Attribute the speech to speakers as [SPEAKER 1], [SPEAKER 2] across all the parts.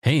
[SPEAKER 1] Hey,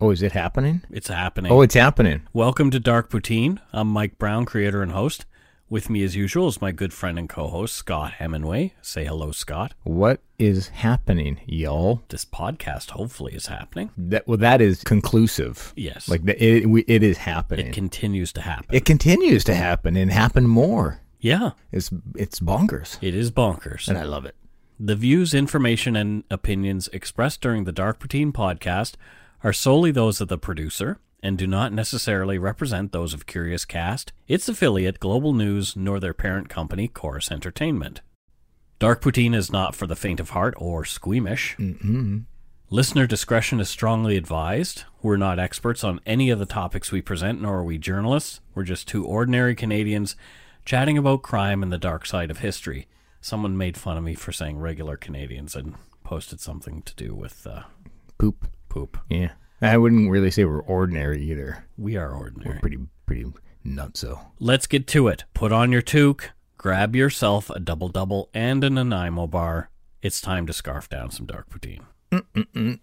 [SPEAKER 2] Oh, is it happening?
[SPEAKER 3] It's happening.
[SPEAKER 2] Oh, it's happening.
[SPEAKER 3] Welcome to Dark Poutine. I'm Mike Brown, creator and host. With me, as usual, is my good friend and co host, Scott Hemingway. Say hello, Scott.
[SPEAKER 2] What is happening, y'all?
[SPEAKER 3] This podcast hopefully is happening.
[SPEAKER 2] That well, that is conclusive.
[SPEAKER 3] Yes.
[SPEAKER 2] Like the- it, we- it is happening.
[SPEAKER 3] It
[SPEAKER 2] It,
[SPEAKER 3] continues to happen.
[SPEAKER 2] continues to happen and happen more.
[SPEAKER 3] yeah,
[SPEAKER 2] It's it's bonkers,
[SPEAKER 3] it is bonkers.
[SPEAKER 2] and I love it.
[SPEAKER 3] The views, information, and opinions expressed during the Dark Poutine podcast are solely those of the producer and do not necessarily represent those of Curious Cast, its affiliate Global News, nor their parent company Chorus Entertainment. Dark Poutine is not for the faint of heart or squeamish.
[SPEAKER 2] Mm-mm.
[SPEAKER 3] Listener discretion is strongly advised. We're not experts on any of the topics we present, nor are we journalists. We're just two ordinary Canadians chatting about crime and the dark side of history. Someone made fun of me for saying regular Canadians and posted something to do with uh,
[SPEAKER 2] Poop.
[SPEAKER 3] poop.
[SPEAKER 2] Yeah, I wouldn't really say we're ordinary either.
[SPEAKER 3] We are
[SPEAKER 2] We're
[SPEAKER 3] ordinary.
[SPEAKER 2] pretty pretty nutso.
[SPEAKER 3] Let's get to it. Put on your toque, grab yourself a double double and a Nanaimo bar. It's time to scarf down some dark poutine.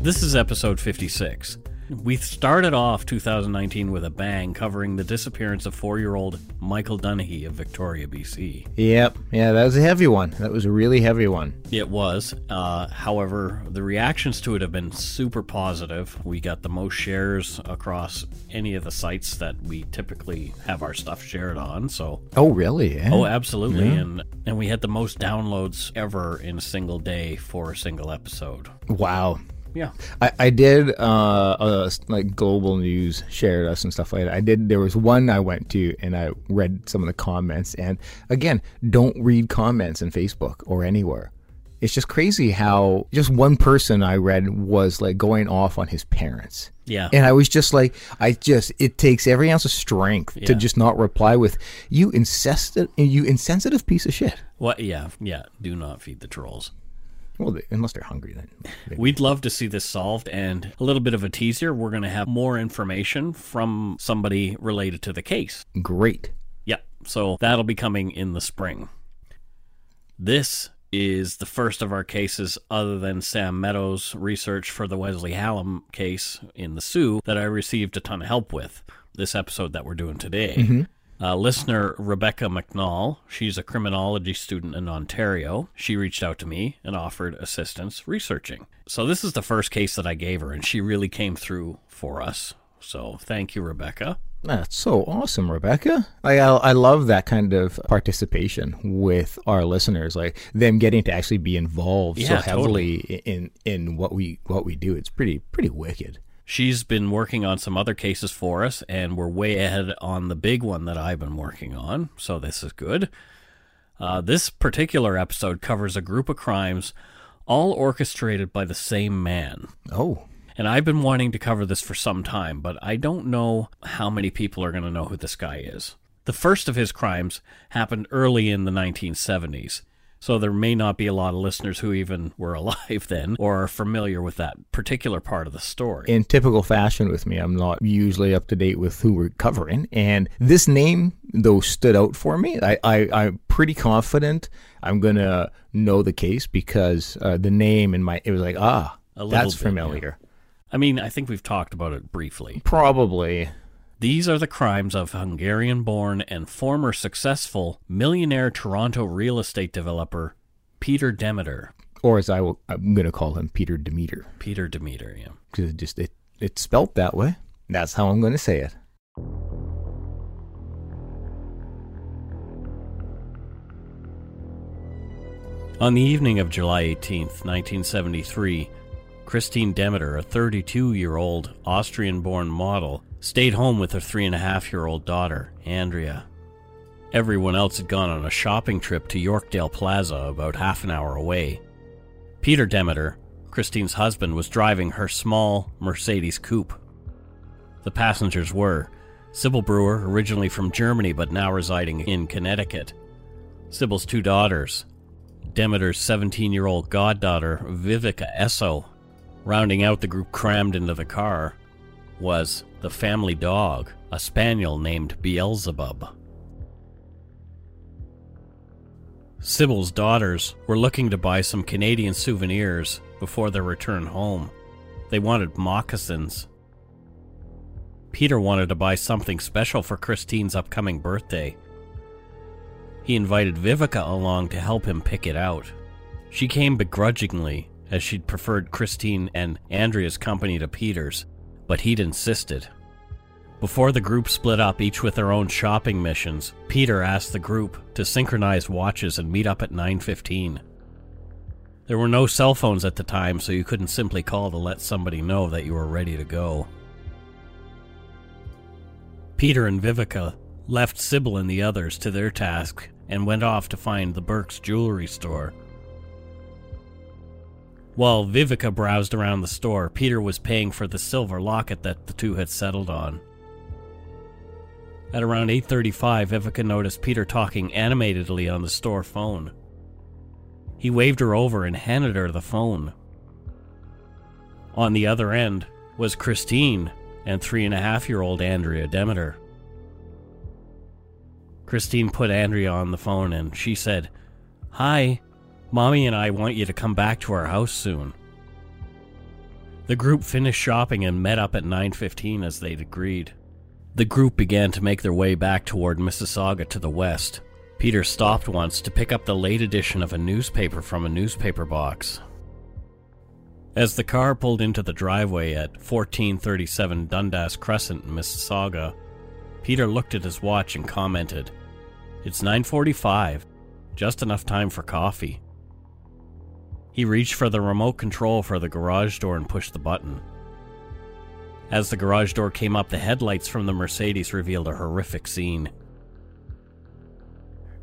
[SPEAKER 3] This is episode 56. We started off 2019 with a bang covering the disappearance of four year old Michael Dunahee of Victoria, BC.
[SPEAKER 2] Yep. Yeah, that was a heavy one. That was a really heavy one.
[SPEAKER 3] It was. Uh, however, the reactions to it have been super positive. We got the most shares across any of the sites that we typically have our stuff shared on. So,
[SPEAKER 2] Oh, really? Yeah.
[SPEAKER 3] oh, absolutely. And, and we had the most downloads ever in a single day for a single episode.
[SPEAKER 2] wow.
[SPEAKER 3] Yeah.
[SPEAKER 2] I, I did uh, uh s- like global news shared us and stuff like that. I did. There was one I went to and I read some of the comments. And again, don't read comments in Facebook or anywhere. It's just crazy how just one person I read was like going off on his parents.
[SPEAKER 3] Yeah.
[SPEAKER 2] And I was just like, I just it takes every ounce of strength to just not reply with you incessi- you insensitive piece of shit.
[SPEAKER 3] What? Yeah. Yeah. Do not feed the trolls.
[SPEAKER 2] Well, they, unless they're hungry, then
[SPEAKER 3] We'd love to see this solved. And a little bit of a teaser we're going to have more information from somebody related to the case.
[SPEAKER 2] great.
[SPEAKER 3] Yeah, so that'll be coming in the spring. This is the first of our cases, other than Sam Meadows' research for the Wesley Hallam case in the Sioux, that I received a ton of help with this episode that we're doing today. Uh, listener Rebecca McNall, she's a criminology student in Ontario. She reached out to me and offered assistance researching. So, this is the first case that I gave her, and she really came through for us. So, thank you, Rebecca.
[SPEAKER 2] That's so awesome, Rebecca. Like, I, I love that kind of participation with our listeners, like them getting to actually be involved so
[SPEAKER 3] Yeah,
[SPEAKER 2] heavily in in what we what we do. It's pretty pretty wicked.
[SPEAKER 3] She's been working on some other cases for us, and we're way ahead on the big one that I've been working on, so this is good. Uh, this particular episode covers a group of crimes all orchestrated by the same man.
[SPEAKER 2] Oh,
[SPEAKER 3] And I've been wanting to cover this for some time, but I don't know how many people are going to know who this guy is. The first of his crimes happened early in the 1970s, so there may not be a lot of listeners who even were alive then or are familiar with that particular part of the story.
[SPEAKER 2] in typical fashion with me, I'm not usually up to date with who we're covering, and this name though stood out for me. I, I I'm pretty confident I'm gonna know the case because uh, the name and my it was like ah
[SPEAKER 3] A little
[SPEAKER 2] That's
[SPEAKER 3] bit, yeah.
[SPEAKER 2] familiar.
[SPEAKER 3] I mean, I think we've talked about it briefly.
[SPEAKER 2] Probably.
[SPEAKER 3] These are the crimes of Hungarian born and former successful millionaire Toronto real estate developer Peter Demeter.
[SPEAKER 2] Or as I will, I'm going to call him Peter Demeter
[SPEAKER 3] Peter Demeter, yeah.
[SPEAKER 2] because it just it, it's spelt that way. That's how I'm going to say it.
[SPEAKER 3] On the evening of July 18th, 1973, Christine Demeter, a 32 year old Austrian born model, stayed home with her three and a half year old daughter, Andrea. Everyone else had gone on a shopping trip to Yorkdale Plaza, about half an hour away. Peter Demeter, Christine's husband, was driving her small Mercedes coupe. The passengers were Sybil Brewer, originally from Germany but now residing in Connecticut, Sybil's two daughters, Demeter's 17 year old goddaughter, Vivica Esso. Rounding out the group crammed into the car was the family dog, a spaniel named Beelzebub. Sybil's daughters were looking to buy some Canadian souvenirs before their return home. They wanted moccasins. Peter wanted to buy something special for Christine's upcoming birthday. He invited Vivica along to help him pick it out. She came begrudgingly, as she'd preferred Christine and Andrea's company to Peter's, but he'd insisted. Before the group split up, each with their own shopping missions, Peter asked the group to synchronize watches and meet up at 9:15. There were no cell phones at the time, so you couldn't simply call to let somebody know that you were ready to go. Peter and Vivica left Sybil and the others to their task and went off to find the Burke's jewelry store. While Vivica browsed around the store, Peter was paying for the silver locket that the two had settled on. At around 8:35, Vivica noticed Peter talking animatedly on the store phone. He waved her over and handed her the phone. On the other end was Christine and three and a half year old Andrea Demeter. Christine put Andrea on the phone and she said, Hi, Mommy and I want you to come back to our house soon. The group finished shopping and met up at 9:15 as they'd agreed. The group began to make their way back toward Mississauga to the west. Peter stopped once to pick up the late edition of a newspaper from a newspaper box. As the car pulled into the driveway at 1437 Dundas Crescent in Mississauga, Peter looked at his watch and commented, "It's 9:45, just enough time for coffee." He reached for the remote control for the garage door and pushed the button. As the garage door came up, the headlights from the Mercedes revealed a horrific scene.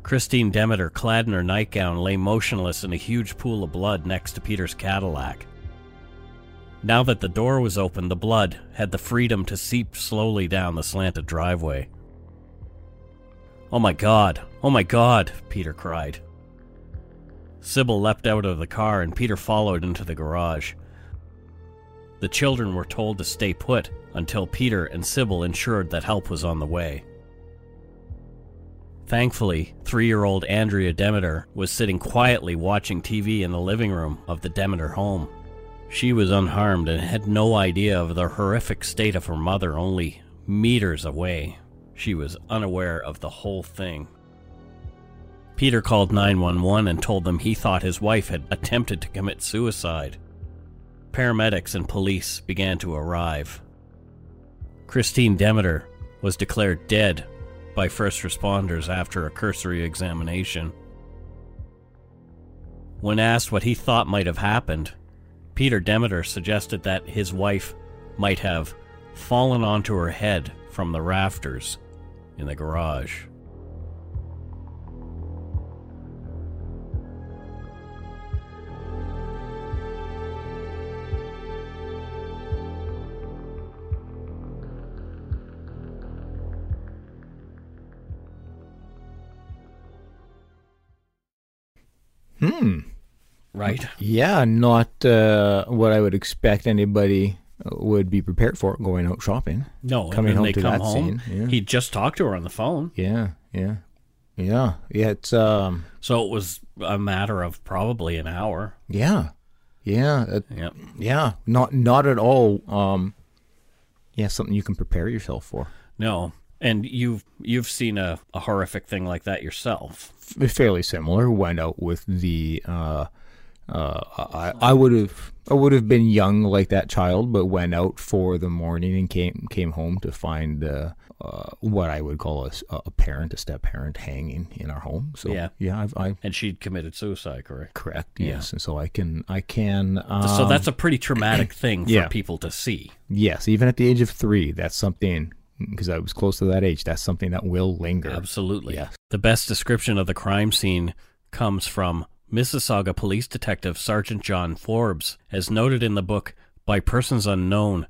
[SPEAKER 3] Christine Demeter, clad in her nightgown, lay motionless in a huge pool of blood next to Peter's Cadillac. Now that the door was open, the blood had the freedom to seep slowly down the slanted driveway. Oh my god! Oh my god! Peter cried. Sybil leapt out of the car and Peter followed into the garage. The children were told to stay put until Peter and Sybil ensured that help was on the way. Thankfully, three year old Andrea Demeter was sitting quietly watching TV in the living room of the Demeter home. She was unharmed and had no idea of the horrific state of her mother only meters away. She was unaware of the whole thing. Peter called 911 and told them he thought his wife had attempted to commit suicide. Paramedics and police began to arrive. Christine Demeter was declared dead by first responders after a cursory examination. When asked what he thought might have happened, Peter Demeter suggested that his wife might have fallen onto her head from the rafters in the garage.
[SPEAKER 2] Hmm.
[SPEAKER 3] Right.
[SPEAKER 2] Yeah, not uh, what I would expect anybody uh, would be prepared for going out shopping.
[SPEAKER 3] No, and then
[SPEAKER 2] Coming home
[SPEAKER 3] they
[SPEAKER 2] to
[SPEAKER 3] come
[SPEAKER 2] that
[SPEAKER 3] home.
[SPEAKER 2] scene, yeah.
[SPEAKER 3] He just talked to her on the phone.
[SPEAKER 2] Yeah, yeah, yeah, yeah. It's um,
[SPEAKER 3] So it was a matter of probably an hour.
[SPEAKER 2] yeah, Yeah, uh,
[SPEAKER 3] Yep.
[SPEAKER 2] yeah, not not at all. Um, yeah, something you can prepare yourself for.
[SPEAKER 3] No. And you've you've seen a, a horrific thing like that yourself.
[SPEAKER 2] F- fairly similar. Went out with the. Uh, uh, I I would have I would have been young like that child, but went out for the morning and came came home to find uh, uh, what I would call a, s- a parent, a step parent, hanging in our home. So
[SPEAKER 3] Yeah.
[SPEAKER 2] yeah, I've, I
[SPEAKER 3] And she'd committed suicide, correct?
[SPEAKER 2] correct. Yes, and so I can I can. Um,
[SPEAKER 3] so that's a pretty traumatic thing for
[SPEAKER 2] yeah.
[SPEAKER 3] people to see.
[SPEAKER 2] um, Yes, even at the age of three, that's something because I was close to that age. That's something that will linger.
[SPEAKER 3] Absolutely.
[SPEAKER 2] Yes.
[SPEAKER 3] The best description of the crime scene comes from Mississauga Police Detective Sergeant John Forbes, as noted in the book By Persons Unknown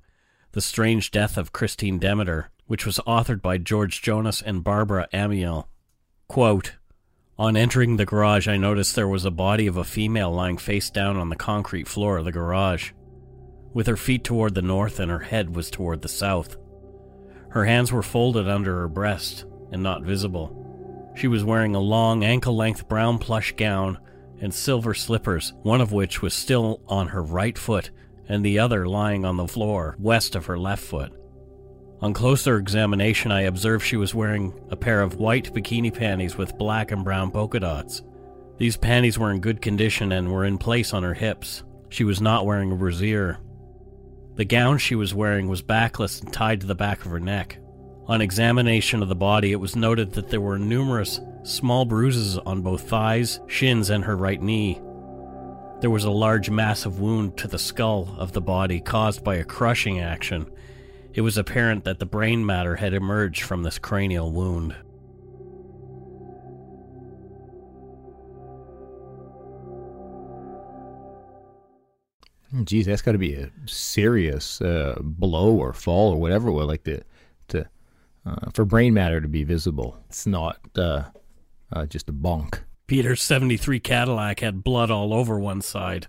[SPEAKER 3] The Strange Death of Christine Demeter, which was authored by George Jonas and Barbara Amiel. Quote On entering the garage, I noticed there was a body of a female lying face down on the concrete floor of the garage, with her feet toward the north and her head was toward the south. Her hands were folded under her breast and not visible. She was wearing a long, ankle length brown plush gown and silver slippers, one of which was still on her right foot and the other lying on the floor west of her left foot. On closer examination, I observed she was wearing a pair of white bikini panties with black and brown polka dots. These panties were in good condition and were in place on her hips. She was not wearing a brassiere. The gown she was wearing was backless and tied to the back of her neck. On examination of the body, it was noted that there were numerous small bruises on both thighs, shins, and her right knee. There was a large massive wound to the skull of the body caused by a crushing action. It was apparent that the brain matter had emerged from this cranial wound.
[SPEAKER 2] Geez, that's got to be a serious uh, blow or fall or whatever. Well, like the to uh, for brain matter to be visible, it's not uh, uh, just a bonk.
[SPEAKER 3] Peter's 73 Cadillac had blood all over one side.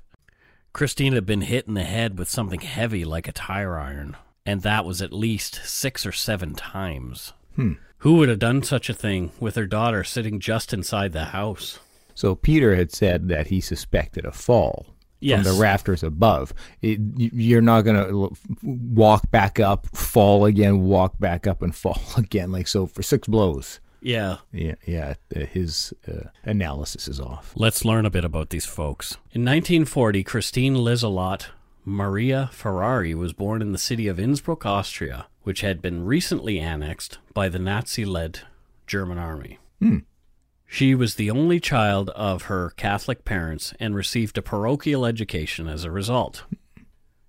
[SPEAKER 3] Christine had been hit in the head with something heavy like a tire iron, and that was at least six or seven times.
[SPEAKER 2] Hmm.
[SPEAKER 3] Who would have done such a thing with her daughter sitting just inside the house?
[SPEAKER 2] So Peter had said that he suspected a fall
[SPEAKER 3] Yes.
[SPEAKER 2] from the rafters above. It, y- you're not gonna l- walk back up, fall again, walk back up, and fall again. Like so for six blows.
[SPEAKER 3] Yeah.
[SPEAKER 2] Yeah, yeah. uh, His uh, analysis is off.
[SPEAKER 3] Let's learn a bit about these folks. In 1940, Christine Lizelot Maria Ferrari was born in the city of Innsbruck, Austria, which had been recently annexed by the Nazi led German army.
[SPEAKER 2] Hmm.
[SPEAKER 3] She was the only child of her Catholic parents and received a parochial education as a result.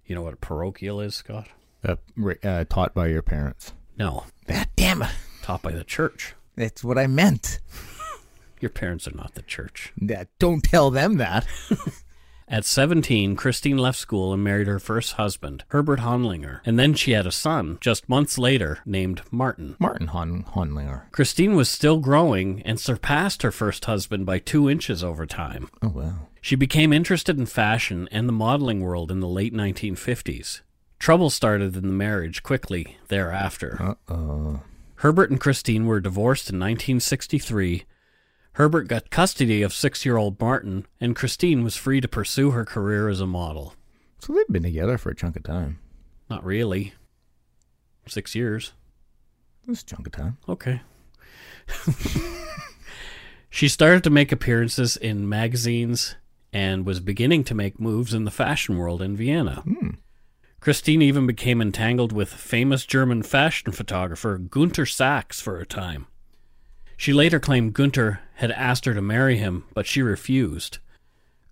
[SPEAKER 3] You know what a parochial is, Scott?
[SPEAKER 2] Uh, ri- uh, taught by your parents.
[SPEAKER 3] No,
[SPEAKER 2] God damn it!
[SPEAKER 3] taught by the church.
[SPEAKER 2] That's what I meant.
[SPEAKER 3] Your parents are not the church.
[SPEAKER 2] That don't tell them that.
[SPEAKER 3] At 17, Christine left school and married her first husband, Herbert Honlinger, and then she had a son just months later named Martin.
[SPEAKER 2] Martin Hon- Honlinger.
[SPEAKER 3] Christine was still growing and surpassed her first husband by two inches over time.
[SPEAKER 2] Oh wow.
[SPEAKER 3] She became interested in fashion and the modeling world in the late 1950s. Trouble started in the marriage quickly thereafter.
[SPEAKER 2] Uh oh.
[SPEAKER 3] Herbert and Christine were divorced in 1963. Herbert got custody of six year old Martin, and Christine was free to pursue her career as a model.
[SPEAKER 2] So they've been together for a chunk of time.
[SPEAKER 3] Not really. Six years.
[SPEAKER 2] This chunk of time.
[SPEAKER 3] Okay. she started to make appearances in magazines and was beginning to make moves in the fashion world in Vienna.
[SPEAKER 2] Hmm.
[SPEAKER 3] Christine even became entangled with famous German fashion photographer Gunter Sachs for a time. She later claimed Gunter had asked her to marry him, but she refused.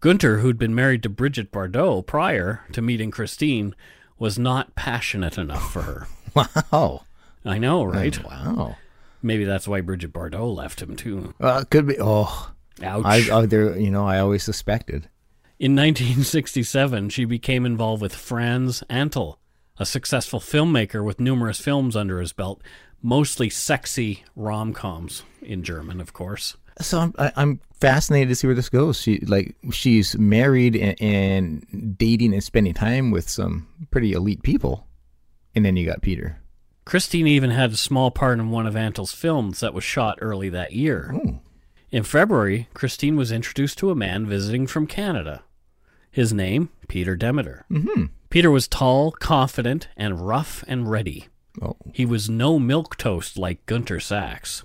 [SPEAKER 3] Gunter, who'd been married to Brigitte Bardot prior to meeting Christine, was not passionate enough for her.
[SPEAKER 2] Wow.
[SPEAKER 3] I know, right?
[SPEAKER 2] Wow.
[SPEAKER 3] Maybe that's why Bridget Bardot left him too.
[SPEAKER 2] Uh, could be. Oh,
[SPEAKER 3] Ouch.
[SPEAKER 2] I, I there. You know, I always suspected.
[SPEAKER 3] In 1967, she became involved with Franz Antel, a successful filmmaker with numerous films under his belt, mostly sexy rom coms, in German, of course.
[SPEAKER 2] So I'm I, I'm fascinated to see where this goes. She like she's married and, and dating and spending time with some pretty elite people, and then you got Peter.
[SPEAKER 3] Christine even had a small part in one of Antel's films that was shot early that year.
[SPEAKER 2] Oh,
[SPEAKER 3] In February, Christine was introduced to a man visiting from Canada. His name, Peter Demeter.
[SPEAKER 2] Mm-hmm.
[SPEAKER 3] Peter was tall, confident, and rough and ready.
[SPEAKER 2] Oh,
[SPEAKER 3] He was no milk toast like Gunter Sachs.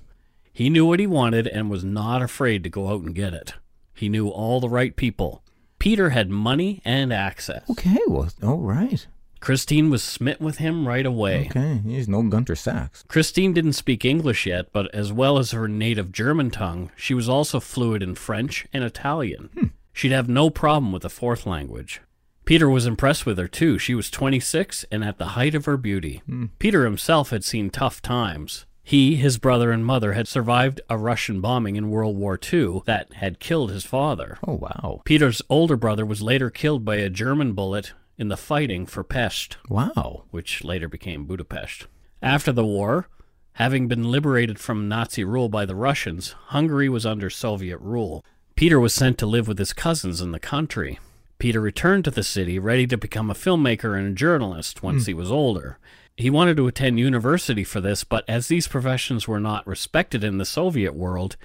[SPEAKER 3] He knew what he wanted and was not afraid to go out and get it. He knew all the right people. Peter had money and access.
[SPEAKER 2] okay. Well, all right.
[SPEAKER 3] Christine was smitten with him right away.
[SPEAKER 2] Okay, he's no Gunter Sachs.
[SPEAKER 3] Christine didn't speak English yet, but as well as her native German tongue, she was also fluid in French and Italian.
[SPEAKER 2] Hmm.
[SPEAKER 3] She'd have no problem with a fourth language. Peter was impressed with her too. She was 26 and at the height of her beauty.
[SPEAKER 2] Hmm.
[SPEAKER 3] Peter himself had seen tough times. He, his brother, and mother had survived a Russian bombing in World War II that had killed his father.
[SPEAKER 2] Oh wow,
[SPEAKER 3] Peter's older brother was later killed by a German bullet in the fighting for Pest
[SPEAKER 2] wow.
[SPEAKER 3] which later became Budapest. After the war, having been liberated from Nazi rule by the Russians, Hungary was under Soviet rule. Peter was sent to live with his cousins in the country. Peter returned to the city, ready to become a filmmaker and a journalist once he was older. He wanted to attend university for this, but as these professions were not respected in the Soviet world,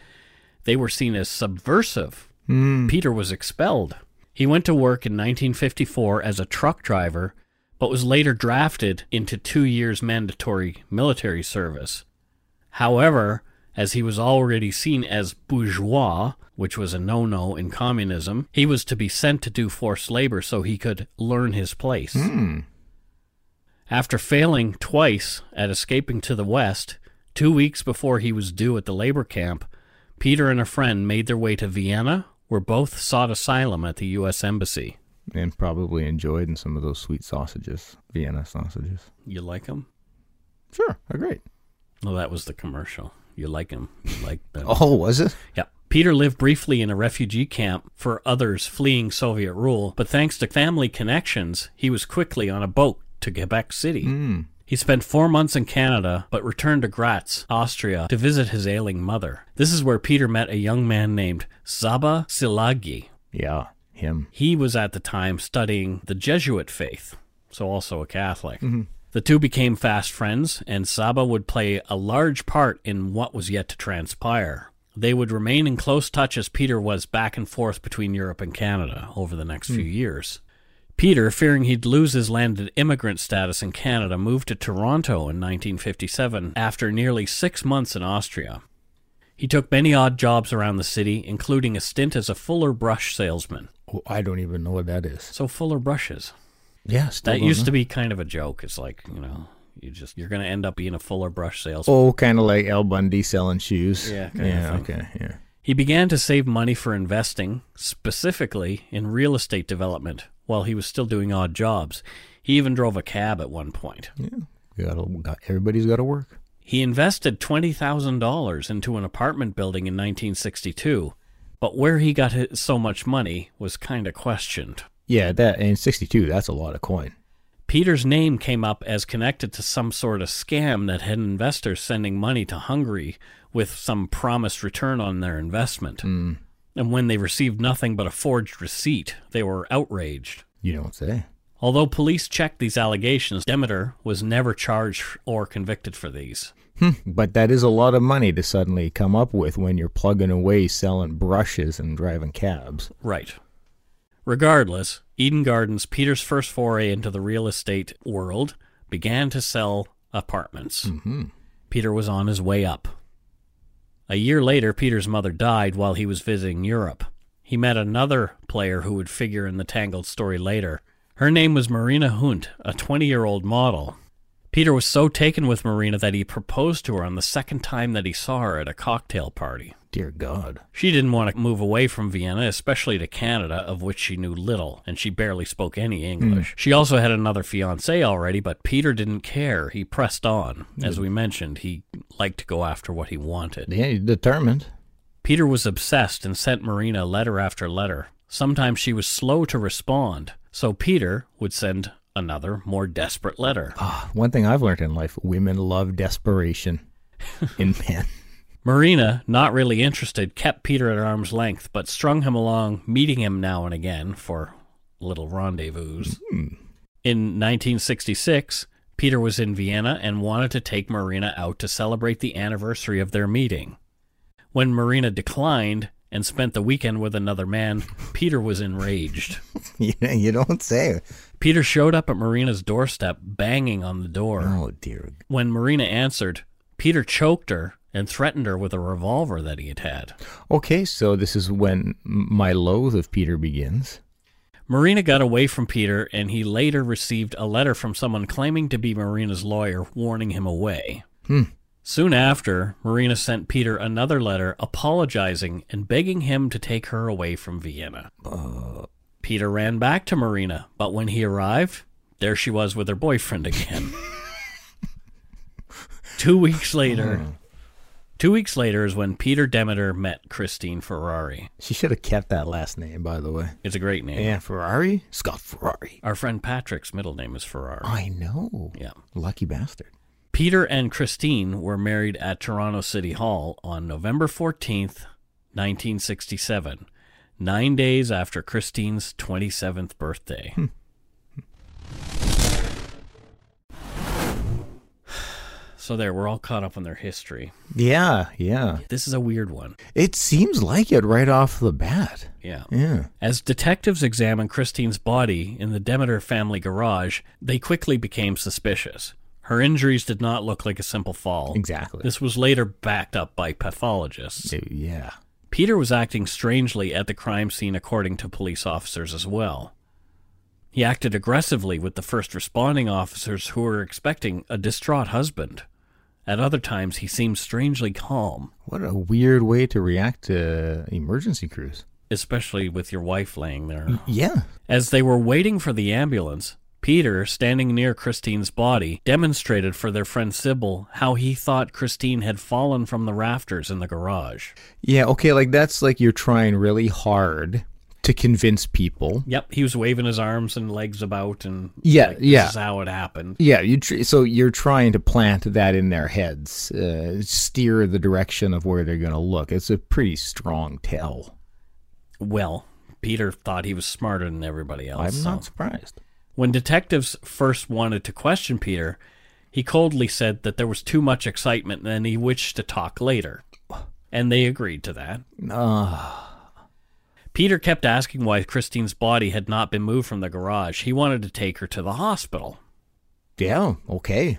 [SPEAKER 3] they were seen as subversive.
[SPEAKER 2] Hmm.
[SPEAKER 3] Peter was expelled. He went to work in 1954 as a truck driver, but was later drafted into two years mandatory military service. However, as he was already seen as bourgeois, which was a no no in communism, he was to be sent to do forced labor so he could learn his place.
[SPEAKER 2] Hmm.
[SPEAKER 3] After failing twice at escaping to the West, two weeks before he was due at the labor camp, Peter and a friend made their way to Vienna, where both sought asylum at the U.S. Embassy.
[SPEAKER 2] And probably enjoyed in some of those sweet sausages, Vienna sausages.
[SPEAKER 3] You like them?
[SPEAKER 2] Sure, are great.
[SPEAKER 3] Well, that was the commercial. You like them. You like them.
[SPEAKER 2] Oh, was it?
[SPEAKER 3] Yeah. Peter lived briefly in a refugee camp for others fleeing Soviet rule, but thanks to family connections, he was quickly on a boat to Quebec City.
[SPEAKER 2] Hmm.
[SPEAKER 3] He spent four months in Canada, but returned to Graz, Austria, to visit his ailing mother. This is where Peter met a young man named Saba Silagi.
[SPEAKER 2] Yeah, him.
[SPEAKER 3] He was at the time studying the Jesuit faith, so also a Catholic. The two became fast friends, and Saba would play a large part in what was yet to transpire. They would remain in close touch as Peter was back and forth between Europe and Canada over the next few years. Peter, fearing he'd lose his landed immigrant status in Canada, moved to Toronto in 1957 after nearly six months in Austria. He took many odd jobs around the city, including a stint as a fuller brush salesman.
[SPEAKER 2] Oh, I don't even know what that is.
[SPEAKER 3] So fuller brushes.
[SPEAKER 2] Yeah,
[SPEAKER 3] That used to be kind of a joke. It's like, you know, you just you're gonna end up being a fuller brush salesman.
[SPEAKER 2] Oh, kind of like El Bundy selling shoes.
[SPEAKER 3] Yeah, kinda
[SPEAKER 2] yeah,
[SPEAKER 3] thing.
[SPEAKER 2] okay, yeah.
[SPEAKER 3] He began to save money for investing, specifically in real estate development, while he was still doing odd jobs. He even drove a cab at one point.
[SPEAKER 2] Yeah, we gotta, we got, everybody's got to work.
[SPEAKER 3] He invested $20,000 into an apartment building in 1962, but where he got his, so much money was kind of questioned.
[SPEAKER 2] Yeah, that and sixty-two. That's a lot of coin.
[SPEAKER 3] Peter's name came up as connected to some sort of scam that had investors sending money to Hungary with some promised return on their investment.
[SPEAKER 2] Hmm.
[SPEAKER 3] And when they received nothing but a forged receipt, they were outraged.
[SPEAKER 2] You don't say.
[SPEAKER 3] Although police checked these allegations, Demeter was never charged or convicted for these.
[SPEAKER 2] Hmm, but that is a lot of money to suddenly come up with when you're plugging away selling brushes and driving cabs.
[SPEAKER 3] Right. Regardless, Eden Gardens, Peter's first foray into the real estate world, began to sell apartments.
[SPEAKER 2] Mm-hmm.
[SPEAKER 3] Peter was on his way up. A year later, Peter's mother died while he was visiting Europe. He met another player who would figure in the Tangled story later. Her name was Marina Hunt, a 20 year old model. Peter was so taken with Marina that he proposed to her on the second time that he saw her at a cocktail party.
[SPEAKER 2] Dear God.
[SPEAKER 3] She didn't want to move away from Vienna, especially to Canada, of which she knew little, and she barely spoke any English. She also had another fiance already, but Peter didn't care. He pressed on. As we mentioned, he liked to go after what he wanted.
[SPEAKER 2] Yeah, you're determined.
[SPEAKER 3] Peter was obsessed and sent Marina letter after letter. Sometimes she was slow to respond, so Peter would send another, more desperate letter.
[SPEAKER 2] Ah, one thing I've learned in life: women love desperation in men.
[SPEAKER 3] Marina, not really interested, kept Peter at arm's length, but strung him along, meeting him now and again for little rendezvous. In 1966, Peter was in Vienna and wanted to take Marina out to celebrate the anniversary of their meeting. When Marina declined and spent the weekend with another man, Peter was enraged.
[SPEAKER 2] you, you don't say.
[SPEAKER 3] Peter showed up at Marina's doorstep, banging on the door.
[SPEAKER 2] Oh dear.
[SPEAKER 3] When Marina answered, Peter choked her and threatened her with a revolver that he had had.
[SPEAKER 2] Okay, so this is when m- my loathe of Peter begins.
[SPEAKER 3] Marina got away from Peter, and he later received a letter from someone claiming to be Marina's lawyer warning him away.
[SPEAKER 2] Hmm.
[SPEAKER 3] Soon after, Marina sent Peter another letter apologizing and begging him to take her away from Vienna.
[SPEAKER 2] Uh.
[SPEAKER 3] Peter ran back to Marina, but when he arrived, there she was with her boyfriend again. two weeks later,
[SPEAKER 2] Uh.
[SPEAKER 3] two weeks later is when Peter Demeter met Christine Ferrari.
[SPEAKER 2] She should have kept that last name, by the way.
[SPEAKER 3] It's a great name.
[SPEAKER 2] Yeah, Ferrari? Scott Ferrari.
[SPEAKER 3] Our friend Patrick's middle name is Ferrari.
[SPEAKER 2] I know.
[SPEAKER 3] Yeah.
[SPEAKER 2] Lucky bastard.
[SPEAKER 3] Peter and Christine were married at Toronto City Hall on November 14th, 1967, nine days after Christine's 27th birthday. so, there, we're all caught up on their history.
[SPEAKER 2] Yeah, yeah.
[SPEAKER 3] This is a weird one.
[SPEAKER 2] It seems like it right off the bat.
[SPEAKER 3] Yeah.
[SPEAKER 2] Yeah.
[SPEAKER 3] As detectives examined Christine's body in the Demeter family garage, they quickly became suspicious. Her injuries did not look like a simple fall.
[SPEAKER 2] Exactly.
[SPEAKER 3] This was later backed up by pathologists.
[SPEAKER 2] yeah.
[SPEAKER 3] Peter was acting strangely at the crime scene, according to police officers as well. He acted aggressively with the first responding officers who were expecting a distraught husband. At other times, he seemed strangely calm,
[SPEAKER 2] What a weird way to react to emergency crews.
[SPEAKER 3] especially with your wife laying there.
[SPEAKER 2] Yeah.
[SPEAKER 3] As they were waiting for the ambulance, Peter, standing near Christine's body, demonstrated for their friend Sybil how he thought Christine had fallen from the rafters in the garage.
[SPEAKER 2] Yeah, okay, like that's like you're trying really hard to convince people.
[SPEAKER 3] Yep, he was waving his arms and legs about, and
[SPEAKER 2] Yeah,
[SPEAKER 3] like,
[SPEAKER 2] yeah.
[SPEAKER 3] this is how it happened.
[SPEAKER 2] Yeah, you tr- so you're trying to plant that in their heads, uh, steer the direction of where they're going to look. It's a pretty strong tell.
[SPEAKER 3] Well, Peter thought he was smarter than everybody else.
[SPEAKER 2] I'm
[SPEAKER 3] so-
[SPEAKER 2] not surprised.
[SPEAKER 3] When detectives first wanted to question Peter, he coldly said that there was too much excitement and he wished to talk later. And they agreed to that.
[SPEAKER 2] Ah,
[SPEAKER 3] Peter kept asking why Christine's body had not been moved from the garage. He wanted to take her to the hospital.
[SPEAKER 2] Yeah, okay.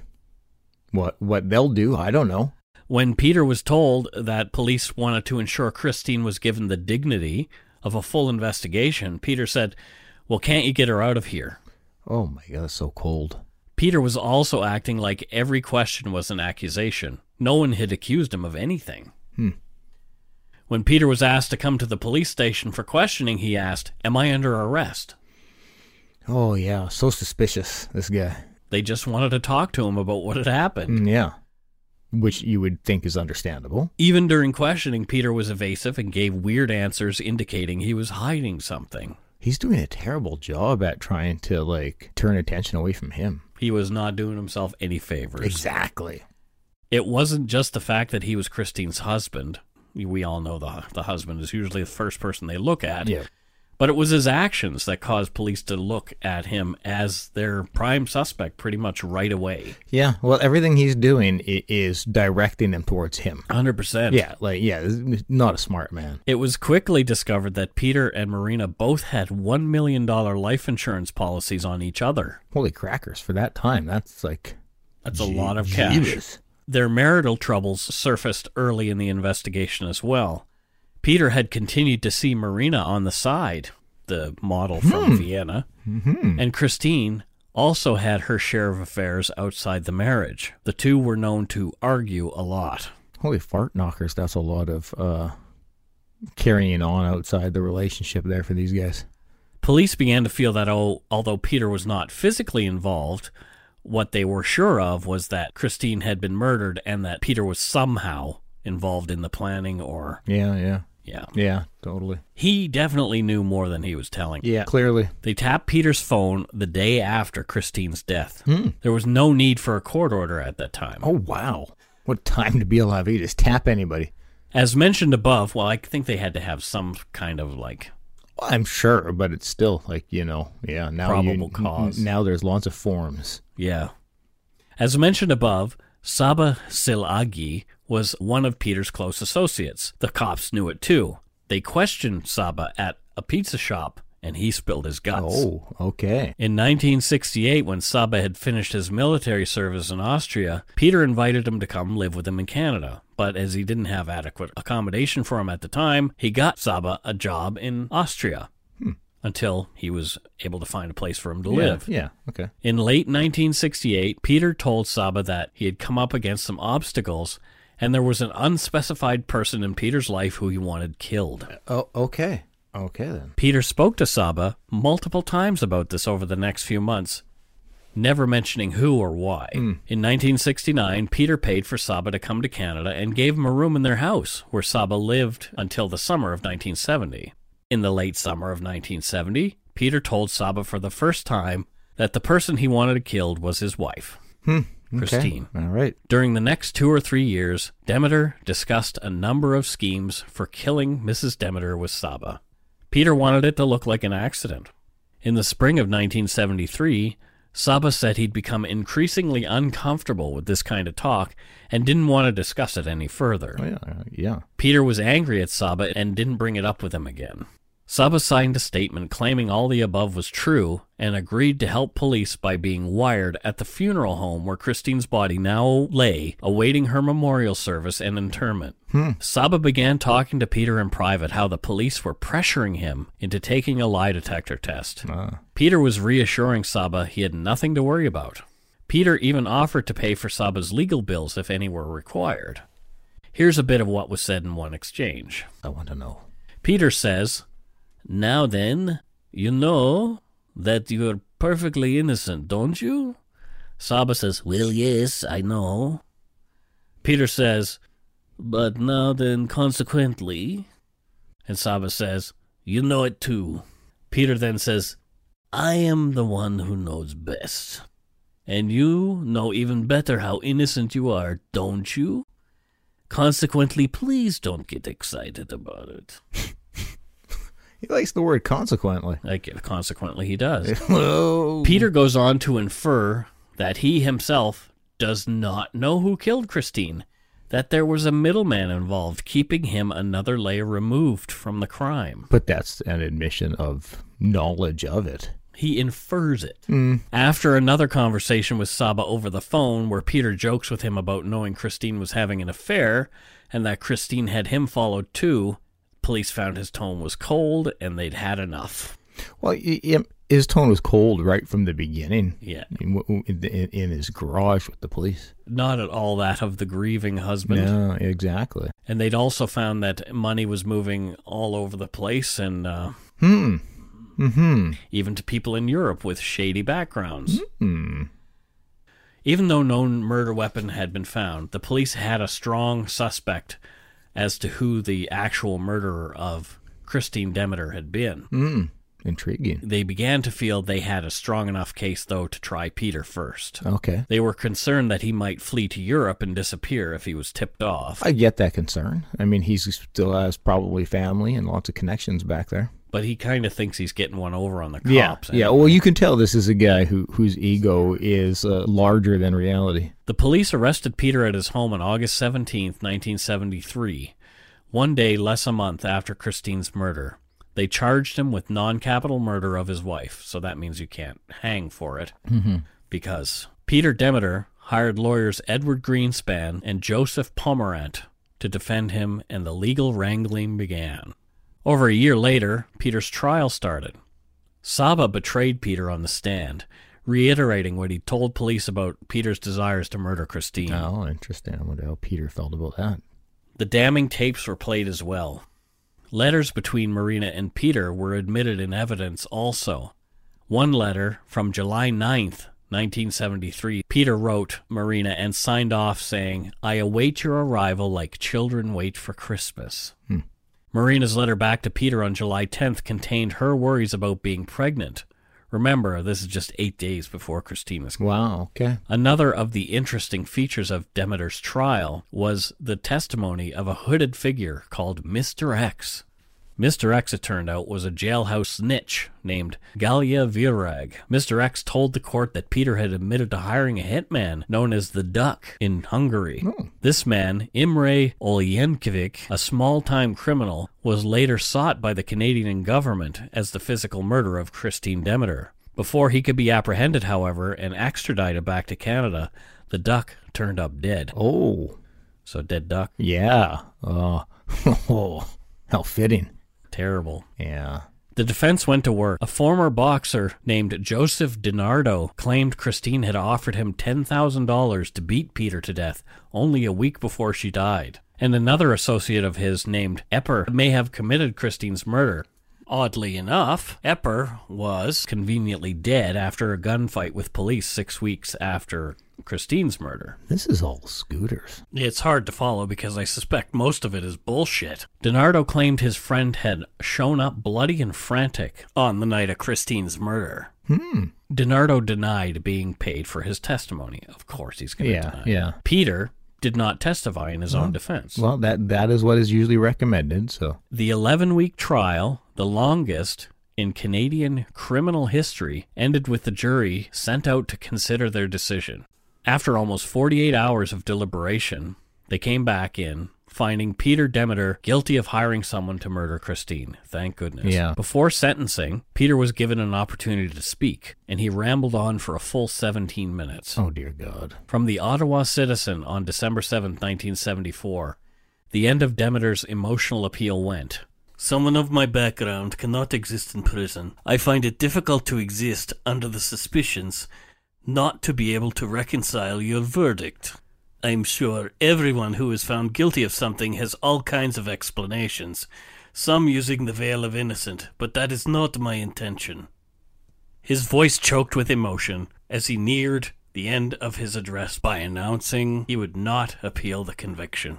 [SPEAKER 2] What what they'll do, I don't know.
[SPEAKER 3] When Peter was told that police wanted to ensure Christine was given the dignity of a full investigation, Peter said, Well, can't you get her out of here?
[SPEAKER 2] Oh my god, it's so cold.
[SPEAKER 3] Peter was also acting like every question was an accusation. No one had accused him of anything.
[SPEAKER 2] Hmm.
[SPEAKER 3] When Peter was asked to come to the police station for questioning, he asked, Am I under arrest?
[SPEAKER 2] Oh yeah, so suspicious this guy.
[SPEAKER 3] They just wanted to talk to him about what had happened.
[SPEAKER 2] Mm, yeah. Which you would think is understandable.
[SPEAKER 3] Even during questioning, Peter was evasive and gave weird answers indicating he was hiding something.
[SPEAKER 2] He's doing a terrible job at trying to like turn attention away from him.
[SPEAKER 3] He was not doing himself any favors.
[SPEAKER 2] Exactly.
[SPEAKER 3] It wasn't just the fact that he was Christine's husband. We all know the, the husband is usually the first person they look at.
[SPEAKER 2] Yeah.
[SPEAKER 3] But it was his actions that caused police to look at him as their prime suspect pretty much right away.
[SPEAKER 2] Yeah, well everything he's doing i- is directing them towards him.
[SPEAKER 3] 100%.
[SPEAKER 2] Yeah, like yeah, this is not a smart man.
[SPEAKER 3] It was quickly discovered that Peter and Marina both had $1 million life insurance policies on each other.
[SPEAKER 2] Holy crackers for that time. That's like
[SPEAKER 3] That's a
[SPEAKER 2] Gee-
[SPEAKER 3] lot of cash.
[SPEAKER 2] Jesus.
[SPEAKER 3] Their marital troubles surfaced early in the investigation as well. Peter had continued to see Marina on the side, the model from Vienna, and Christine also had her share of affairs outside the marriage. The two were known to argue a lot.
[SPEAKER 2] Holy fart knockers, that's a lot of uh carrying on outside the relationship there for these guys.
[SPEAKER 3] Police began to feel that oh, although Peter was not physically involved, what they were sure of was that Christine had been murdered and that Peter was somehow involved in the planning or
[SPEAKER 2] Yeah, yeah.
[SPEAKER 3] yeah.
[SPEAKER 2] Yeah, totally.
[SPEAKER 3] He definitely knew more than he was telling.
[SPEAKER 2] Yeah, clearly.
[SPEAKER 3] They tapped Peter's phone the day after Christine's death. There was no need for a court order at that time.
[SPEAKER 2] Hmm. Oh wow. What time to be alive. You just tap anybody.
[SPEAKER 3] As mentioned above, well, I think they had to have some kind of like
[SPEAKER 2] Well, I'm sure, but it's still like, you know, yeah, now you-
[SPEAKER 3] Probable cause.
[SPEAKER 2] n- Now there's lots of forms.
[SPEAKER 3] Yeah. As mentioned above, Saba Silagi was one of Peter's close associates. The cops knew it too. They questioned Saba at a pizza shop, and he spilled his guts.
[SPEAKER 2] Oh, okay.
[SPEAKER 3] In 1968, when Saba had finished his military service in Austria, Peter invited him to come live with him in Canada. But as he didn't have adequate accommodation for him at the time, he got Saba a job in Austria until he was able to find a place for him to
[SPEAKER 2] Yeah,
[SPEAKER 3] live.
[SPEAKER 2] Yeah. Okay.
[SPEAKER 3] In late 1968, Peter told Saba that he had come up against some obstacles and there was an unspecified person in Peter's life who he wanted killed.
[SPEAKER 2] Oh, okay. Okay then.
[SPEAKER 3] Peter spoke to Saba multiple times about this over the next few months, never mentioning who or why. In 1969, Peter paid for Saba to come to Canada and gave him a room in their house, where Saba lived until the summer of 1970. In the late summer of 1970, Peter told Saba for the first time that the person he wanted killed was his wife.
[SPEAKER 2] Hmm, Okay.
[SPEAKER 3] Christine.
[SPEAKER 2] All right.
[SPEAKER 3] During the next two or three years, Demeter discussed a number of schemes for killing Mrs. Demeter with Saba. Peter wanted it to look like an accident. In the spring of 1973, Saba said he'd become increasingly uncomfortable with this kind of talk and didn't want to discuss it any further.
[SPEAKER 2] Oh, yeah. uh, Yeah.
[SPEAKER 3] Peter was angry at Saba and didn't bring it up with him again. Saba signed a statement claiming all the above was true and agreed to help police by being wired at the funeral home where Christine's body now lay, awaiting her memorial service and interment. Saba began talking to Peter in private how the police were pressuring him into taking a lie detector test.
[SPEAKER 2] Ah.
[SPEAKER 3] Peter was reassuring Saba he had nothing to worry about. Peter even offered to pay for Saba's legal bills if any were required. Here's a bit of what was said in one exchange.
[SPEAKER 2] I want to know.
[SPEAKER 3] Peter says, Now then, you know that you're perfectly innocent, don't you? Saba says, Well, yes, I know. Peter says, But now then, consequently. And Saba says, You know it too. Peter then says, I am the one who knows best. And you know even better how innocent you are, don't you? Consequently, please don't get excited about it.
[SPEAKER 2] He likes the word consequently.
[SPEAKER 3] Like, consequently, he does.
[SPEAKER 2] Whoa.
[SPEAKER 3] Peter goes on to infer that he himself does not know who killed Christine, that there was a middleman involved, keeping him another layer removed from the crime.
[SPEAKER 2] But that's an admission of knowledge of it.
[SPEAKER 3] He infers it.
[SPEAKER 2] Hmm.
[SPEAKER 3] After another conversation with Saba over the phone, where Peter jokes with him about knowing Christine was having an affair and that Christine had him followed too, police found his tone was cold and they'd had enough.
[SPEAKER 2] Well, y- y- his tone was cold right from the beginning.
[SPEAKER 3] Yeah.
[SPEAKER 2] In, w- in, in his garage with the police.
[SPEAKER 3] Not at all that of the grieving husband.
[SPEAKER 2] no, exactly.
[SPEAKER 3] And they'd also found that money was moving all over the place and uh,
[SPEAKER 2] Hmm. Mm-hmm.
[SPEAKER 3] even to people in Europe with shady backgrounds.
[SPEAKER 2] Mm-hmm.
[SPEAKER 3] Even though no murder weapon had been found, the police had a strong suspect as to who the actual murderer of Christine Demeter had been.
[SPEAKER 2] Mm. Intriguing.
[SPEAKER 3] They began to feel they had a strong enough case, though, to try Peter first.
[SPEAKER 2] Okay.
[SPEAKER 3] They were concerned that he might flee to Europe and disappear if he was tipped off.
[SPEAKER 2] I get that concern. I mean, he still has probably family and lots of connections back there.
[SPEAKER 3] But he kind of thinks he's getting one over on the cops. and-
[SPEAKER 2] yeah. Well, you can tell this is a guy who whose ego is uh, larger than reality.
[SPEAKER 3] The police arrested Peter at his home on August seventeenth, 1973, one day less a month after Christine's murder. They charged him with non capital murder of his wife, so that means you can't hang for it because Peter Demeter hired lawyers Edward Greenspan and Joseph Pomerant to defend him, and the legal wrangling began. Over a year later, Peter's trial started. Saba betrayed Peter on the stand, reiterating what he told police about Peter's desires to murder Christine.
[SPEAKER 2] Oh, interesting. I wonder how Peter felt about that.
[SPEAKER 3] The damning tapes were played as well. Letters between Marina and Peter were admitted in evidence also. One letter from July 9th, 1973, Peter wrote Marina and signed off saying, I await your arrival like children wait for Christmas. Marina's letter back to Peter on July 10th contained her worries about being pregnant. Remember, this is just eight days before Christina's
[SPEAKER 2] Wow. Okay.
[SPEAKER 3] Another of the interesting features of Demeter's trial was the testimony of a hooded figure called Mr. X. Mr. X, it turned out, was a jailhouse snitch named Galia Virag. Mr. X told the court that Peter had admitted to hiring a hitman known as the Duck in Hungary. This man, Imre Oljenkovic, a small time criminal, was later sought by the Canadian government as the physical murderer of Christine Demeter. Before he could be apprehended, however, and extradited back to Canada, the duck turned up dead.
[SPEAKER 2] Oh,
[SPEAKER 3] So, dead duck,
[SPEAKER 2] yeah. Oh, oh, how fitting.
[SPEAKER 3] terrible.
[SPEAKER 2] Yeah.
[SPEAKER 3] The defense went to work. A former boxer named Joseph DiNardo claimed Christine had offered him $10,000 to beat Peter to death only a week before she died. And another associate of his named Epper may have committed Christine's murder. Oddly enough, Epper was conveniently dead after a gunfight with police six weeks after Christine's murder.
[SPEAKER 2] This is all scooters.
[SPEAKER 3] It's hard to follow because I suspect most of it is bullshit. Donardo claimed his friend had shown up bloody and frantic on the night of Christine's murder.
[SPEAKER 2] Hmm.
[SPEAKER 3] Donardo denied being paid for his testimony. Of course he's going to
[SPEAKER 2] Yeah,
[SPEAKER 3] deny.
[SPEAKER 2] yeah.
[SPEAKER 3] Peter did not testify in his own defense.
[SPEAKER 2] Well, that that is what is usually recommended. So
[SPEAKER 3] The 11 week trial, the longest in Canadian criminal history, ended with the jury sent out to consider their decision. After almost 48 hours of deliberation, they came back in, finding Peter Demeter guilty of hiring someone to murder Christine. Thank goodness.
[SPEAKER 2] Yeah.
[SPEAKER 3] Before sentencing, Peter was given an opportunity to speak, and he rambled on for a full 17 minutes.
[SPEAKER 2] oh dear God.
[SPEAKER 3] From the Ottawa Citizen on December seventh, 1974, the end of Demeter's emotional appeal went. Someone of my background cannot exist in prison. I find it difficult to exist under the suspicions not to be able to reconcile your verdict. I'm sure everyone who is found guilty of something has all kinds of explanations, some using the veil of innocent, but that is not my intention. His voice choked with emotion as he neared the end of his address by announcing he would not appeal the conviction.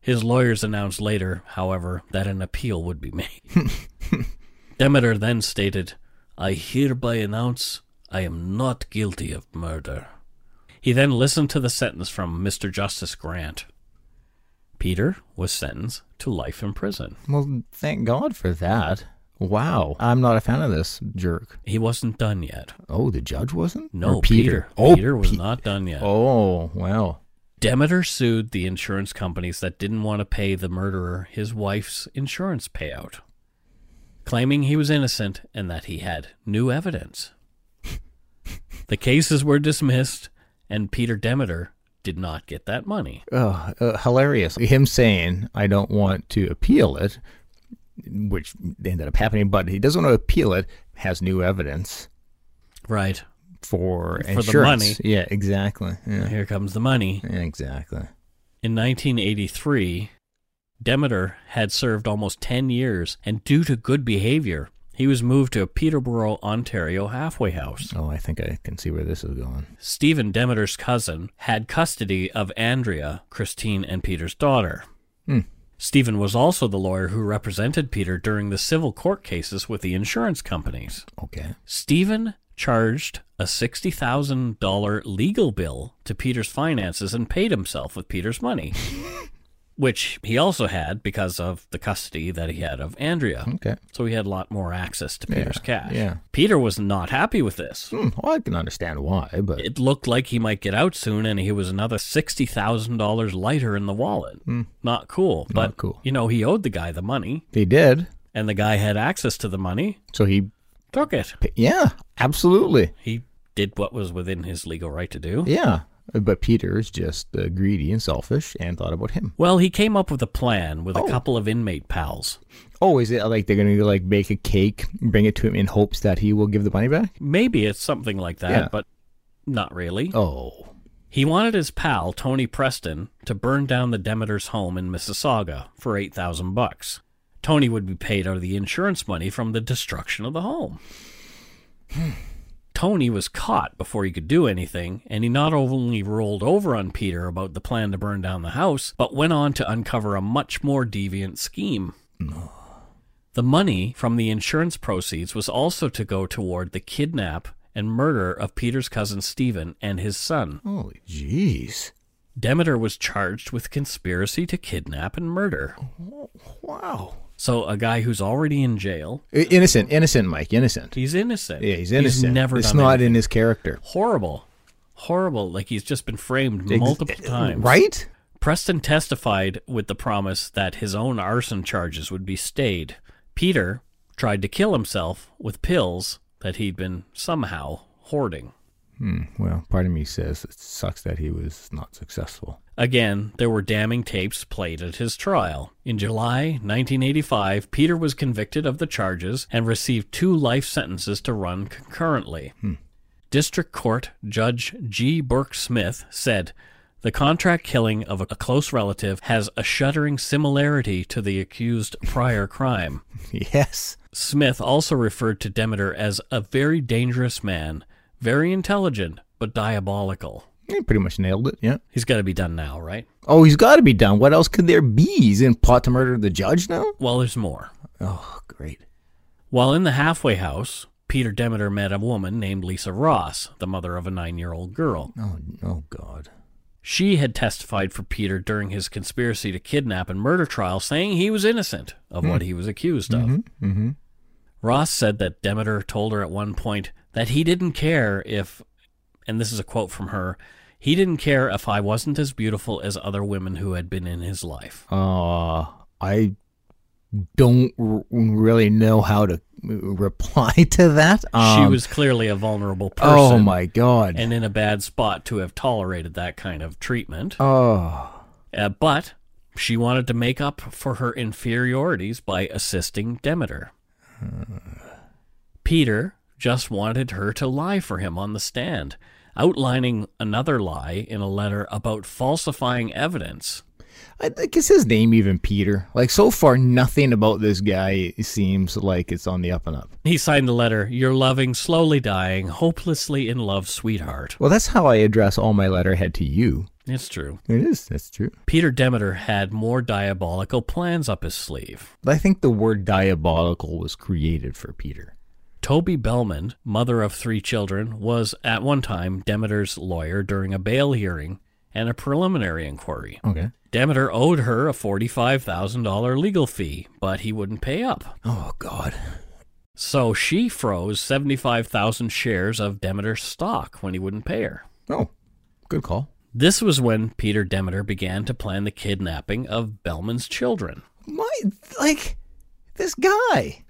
[SPEAKER 3] His lawyers announced later, however, that an appeal would be made. Demeter then stated, I hereby announce I am not guilty of murder. He then listened to the sentence from Mr. Justice Grant. Peter was sentenced to life in prison.
[SPEAKER 2] Well, thank God for that. Wow. I'm not a fan of this jerk.
[SPEAKER 3] He wasn't done yet.
[SPEAKER 2] Oh, the judge wasn't.
[SPEAKER 3] No,
[SPEAKER 2] Or
[SPEAKER 3] Peter.
[SPEAKER 2] Oh,
[SPEAKER 3] Peter was
[SPEAKER 2] Pe-
[SPEAKER 3] not done yet.
[SPEAKER 2] Oh, wow.
[SPEAKER 3] Demeter sued the insurance companies that didn't want to pay the murderer his wife's insurance payout, claiming he was innocent and that he had new evidence. the cases were dismissed, and Peter Demeter did not get that money.
[SPEAKER 2] Ugh, uh, hilarious. Him saying, I don't want to appeal it, which ended up happening, but he doesn't want to appeal it, has new evidence
[SPEAKER 3] Right.
[SPEAKER 2] for,
[SPEAKER 3] the
[SPEAKER 2] insurance.
[SPEAKER 3] money.
[SPEAKER 2] Yeah, exactly. Yeah,
[SPEAKER 3] Here comes the money.
[SPEAKER 2] yeah, exactly.
[SPEAKER 3] In 1983, Demeter had served almost 10 years, and due to good behavior, he was moved to a Peterborough, Ontario halfway house.
[SPEAKER 2] Oh, I think I can see where this is going.
[SPEAKER 3] Stephen Demeter's cousin had custody of Andrea, Christine and Peter's daughter.
[SPEAKER 2] Hmm.
[SPEAKER 3] Stephen was also the lawyer who represented Peter during the civil court cases with the insurance companies.
[SPEAKER 2] Okay.
[SPEAKER 3] Stephen charged a $60,000 legal bill to Peter's finances and paid himself with Peter's money, which he also had because of the custody that he had of Andrea.
[SPEAKER 2] Okay.
[SPEAKER 3] So he had a lot more access to
[SPEAKER 2] Yeah,
[SPEAKER 3] Peter's cash.
[SPEAKER 2] Hmm. yeah.
[SPEAKER 3] Peter was not happy with this
[SPEAKER 2] Hmm, well, I can understand why, but
[SPEAKER 3] it looked like he might get out soon and he was another $60,000 lighter in the wallet. Not cool, but
[SPEAKER 2] Hmm. Not cool.
[SPEAKER 3] you know, he owed the guy the money
[SPEAKER 2] he did.
[SPEAKER 3] and the guy had access to the money,
[SPEAKER 2] So he,
[SPEAKER 3] took it.
[SPEAKER 2] yeah, absolutely.
[SPEAKER 3] He did what was within his legal right to do.
[SPEAKER 2] Yeah. But Peter is just uh, greedy and selfish and thought about him.
[SPEAKER 3] Well, he came up with a plan with
[SPEAKER 2] Oh.
[SPEAKER 3] a couple of inmate pals.
[SPEAKER 2] Oh, is it like they're going to like bake a cake, bring it to him in hopes that he will give the money back?
[SPEAKER 3] Maybe it's something like that,
[SPEAKER 2] Yeah.
[SPEAKER 3] but not really.
[SPEAKER 2] Oh,
[SPEAKER 3] He wanted his pal Tony Preston to burn down the Demeter's home in Mississauga for 8,000 bucks. Tony would be paid out of the insurance money from the destruction of the home. Tony was caught before he could do anything, and he not only rolled over on Peter about the plan to burn down the house, but went on to uncover a much more deviant scheme. The money from the insurance proceeds was also to go toward the kidnap and murder of Peter's cousin Stephen and his son.
[SPEAKER 2] holy jeez!
[SPEAKER 3] Demeter was charged with conspiracy to kidnap and murder.
[SPEAKER 2] Wow.
[SPEAKER 3] So a guy who's already in jail,
[SPEAKER 2] I- Innocent, innocent, Mike, innocent.
[SPEAKER 3] he's innocent.
[SPEAKER 2] Yeah, he's innocent.
[SPEAKER 3] He's never
[SPEAKER 2] it's
[SPEAKER 3] done
[SPEAKER 2] not
[SPEAKER 3] anything.
[SPEAKER 2] in his character.
[SPEAKER 3] horrible, horrible. Like he's just been framed
[SPEAKER 2] Ex- eh,
[SPEAKER 3] multiple times.
[SPEAKER 2] Right?
[SPEAKER 3] Preston testified with the promise that his own arson charges would be stayed. Peter tried to kill himself with pills that he'd been somehow hoarding.
[SPEAKER 2] Hmm. Well, part of me says it sucks that he was not successful.
[SPEAKER 3] Again, there were damning tapes played at his trial. In July 1985, Peter was convicted of the charges and received two life sentences to run concurrently. District Court Judge G. Burke Smith said, The contract killing of a close relative has a shuddering similarity to the accused prior crime.
[SPEAKER 2] yes.
[SPEAKER 3] Smith also referred to Demeter as a very dangerous man, very intelligent, but diabolical.
[SPEAKER 2] He pretty much nailed it, yeah.
[SPEAKER 3] He's got to be done now, right?
[SPEAKER 2] Oh, he's got to be done. What else could there be? He's in plot to murder the judge now?
[SPEAKER 3] Well, there's more.
[SPEAKER 2] Oh, great.
[SPEAKER 3] While in the halfway house, Peter Demeter met a woman named Lisa Ross, the mother of a nine year old girl.
[SPEAKER 2] Oh, oh God.
[SPEAKER 3] She had testified for Peter during his conspiracy to kidnap and murder trial, saying he was innocent of what he was accused of.
[SPEAKER 2] Mm-hmm.
[SPEAKER 3] Ross said that Demeter told her at one point that he didn't care if, and this is a quote from her, he didn't care if I wasn't as beautiful as other women who had been in his life.
[SPEAKER 2] Uh, I don't r- really know how to uh, reply to that. Um,
[SPEAKER 3] she was clearly a vulnerable person
[SPEAKER 2] Oh my God.
[SPEAKER 3] and in a bad spot to have tolerated that kind of treatment.
[SPEAKER 2] oh.
[SPEAKER 3] Uh, but she wanted to make up for her inferiorities by assisting Demeter. Peter just wanted her to lie for him on the stand, outlining another lie in a letter about falsifying evidence.
[SPEAKER 2] I think is his name even Peter? Like so far, nothing about this guy seems like it's on the up and up.
[SPEAKER 3] He signed the letter, Your loving, slowly dying, hopelessly in love, sweetheart.
[SPEAKER 2] Well, that's how I address all my letterhead to you.
[SPEAKER 3] It's true.
[SPEAKER 2] It is. That's true.
[SPEAKER 3] Peter Demeter had more diabolical plans up his sleeve.
[SPEAKER 2] I think the word diabolical was created for Peter.
[SPEAKER 3] Toby Bellman, mother of three children, was at one time Demeter's lawyer during a bail hearing and a preliminary inquiry.
[SPEAKER 2] Okay.
[SPEAKER 3] Demeter owed her a $45,000 legal fee, but he wouldn't pay up.
[SPEAKER 2] Oh God.
[SPEAKER 3] So she froze 75,000 shares of Demeter's stock when he wouldn't pay her.
[SPEAKER 2] Oh, good call.
[SPEAKER 3] This was when Peter Demeter began to plan the kidnapping of Bellman's children.
[SPEAKER 2] My like this guy.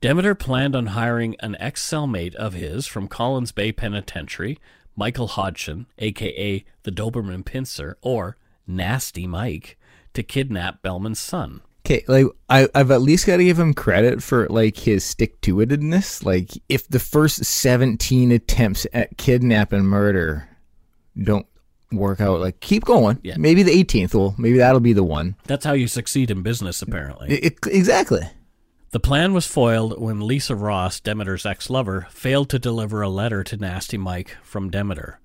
[SPEAKER 3] Demeter planned on hiring an ex cellmate of his from Collins Bay Penitentiary, Michael Hodgson, aka the Doberman Pincer, or Nasty Mike, to kidnap Bellman's son.
[SPEAKER 2] Okay, like I, I've at least got to give him credit for like his stick to itiveness. Like if the first seventeen attempts at kidnap and murder don't work out, like keep going.
[SPEAKER 3] Yeah.
[SPEAKER 2] Maybe the eighteenth will. Maybe that'll be the one.
[SPEAKER 3] That's how you succeed in business, apparently.
[SPEAKER 2] It- it- exactly.
[SPEAKER 3] The plan was foiled when Lisa Ross, Demeter's ex lover, failed to deliver a letter to Nasty Mike from Demeter.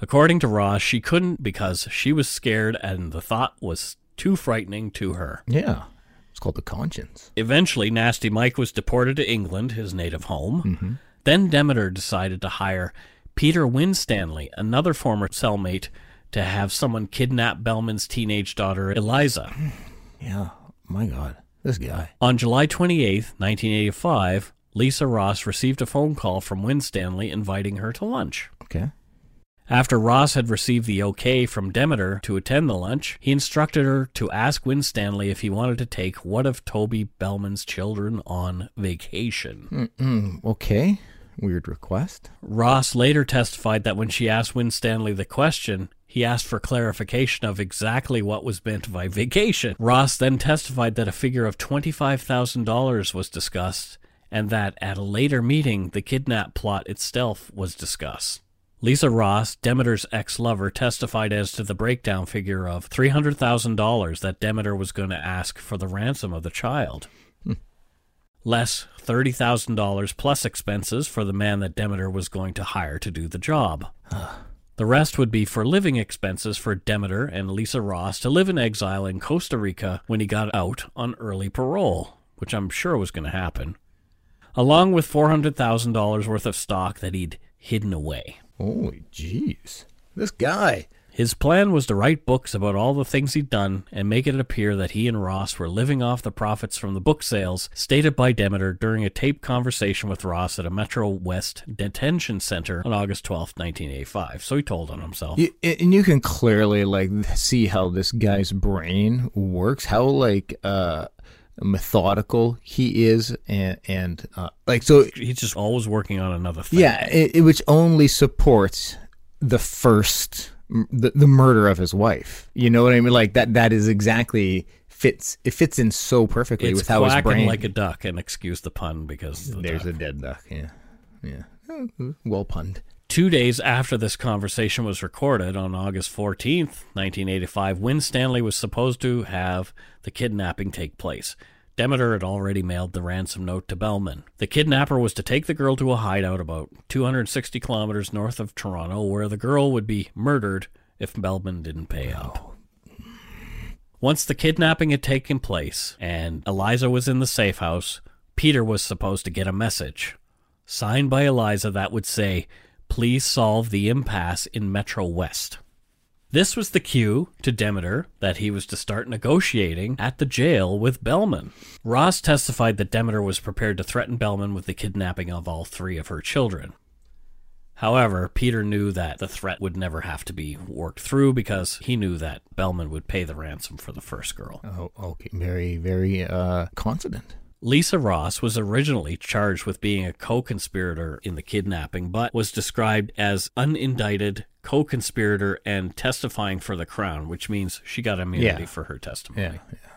[SPEAKER 3] According to Ross, she couldn't because she was scared and the thought was too frightening to her.
[SPEAKER 2] Yeah. It's called the conscience.
[SPEAKER 3] Eventually, Nasty Mike was deported to England, his native home.
[SPEAKER 2] Mm-hmm.
[SPEAKER 3] Then Demeter decided to hire Peter Winstanley, another former cellmate, to have someone kidnap Bellman's teenage daughter, Eliza.
[SPEAKER 2] Yeah. My God, this guy.
[SPEAKER 3] On July twenty eighth, 1985, Lisa Ross received a phone call from Winstanley inviting her to lunch.
[SPEAKER 2] Okay.
[SPEAKER 3] After Ross had received the okay from Demeter to attend the lunch, he instructed her to ask Winstanley if he wanted to take one of Toby Bellman's children on vacation.
[SPEAKER 2] Mm-mm. Okay. Weird request.
[SPEAKER 3] Ross later testified that when she asked Winstanley the question, he asked for clarification of exactly what was meant by vacation. Ross then testified that a figure of $25,000 was discussed and that at a later meeting, the kidnap plot itself was discussed. Lisa Ross, Demeter's ex lover, testified as to the breakdown figure of $300,000 that Demeter was going to ask for the ransom of the child less $30,000 plus expenses for the man that Demeter was going to hire to do the job. the rest would be for living expenses for Demeter and Lisa Ross to live in exile in Costa Rica when he got out on early parole, which I'm sure was going to happen, along with $400,000 worth of stock that he'd hidden away.
[SPEAKER 2] Holy jeez. This guy.
[SPEAKER 3] His plan was to write books about all the things he'd done and make it appear that he and Ross were living off the profits from the book sales, stated by Demeter during a taped conversation with Ross at a Metro West detention center on August 12, 1985. So he told on himself.
[SPEAKER 2] You, and you can clearly like see how this guy's brain works, how like uh, methodical he is, and and uh, like so.
[SPEAKER 3] He's just always working on another thing.
[SPEAKER 2] Yeah, it, it, which only supports the first the, the murder of his wife. You know what I mean? Like that that is exactly fits it fits in so perfectly
[SPEAKER 3] It's
[SPEAKER 2] with how his
[SPEAKER 3] quacking
[SPEAKER 2] brain
[SPEAKER 3] like a duck, and excuse the pun because of the
[SPEAKER 2] There's
[SPEAKER 3] duck.
[SPEAKER 2] a dead duck. Yeah, yeah. Well punned.
[SPEAKER 3] Two days after this conversation was recorded on August 14th, 1985, when Stanley was supposed to have the kidnapping take place. Demeter had already mailed the ransom note to Bellman. The kidnapper was to take the girl to a hideout about 260 kilometers north of Toronto, where the girl would be murdered if Bellman didn't pay up. Once the kidnapping had taken place and Eliza was in the safe house, Peter was supposed to get a message. Signed by Eliza, that would say, Please solve the impasse in Metro West. This was the cue to Demeter that he was to start negotiating at the jail with Bellman. Ross testified that Demeter was prepared to threaten Bellman with the kidnapping of all three of her children. However, Peter knew that the threat would never have to be worked through because he knew that Bellman would pay the ransom for the first girl.
[SPEAKER 2] Oh, okay. Very, very uh, confident.
[SPEAKER 3] Lisa Ross was originally charged with being a co conspirator in the kidnapping, but was described as unindicted co conspirator and testifying for the Crown, which means she got immunity
[SPEAKER 2] Yeah.
[SPEAKER 3] for her testimony.
[SPEAKER 2] Yeah.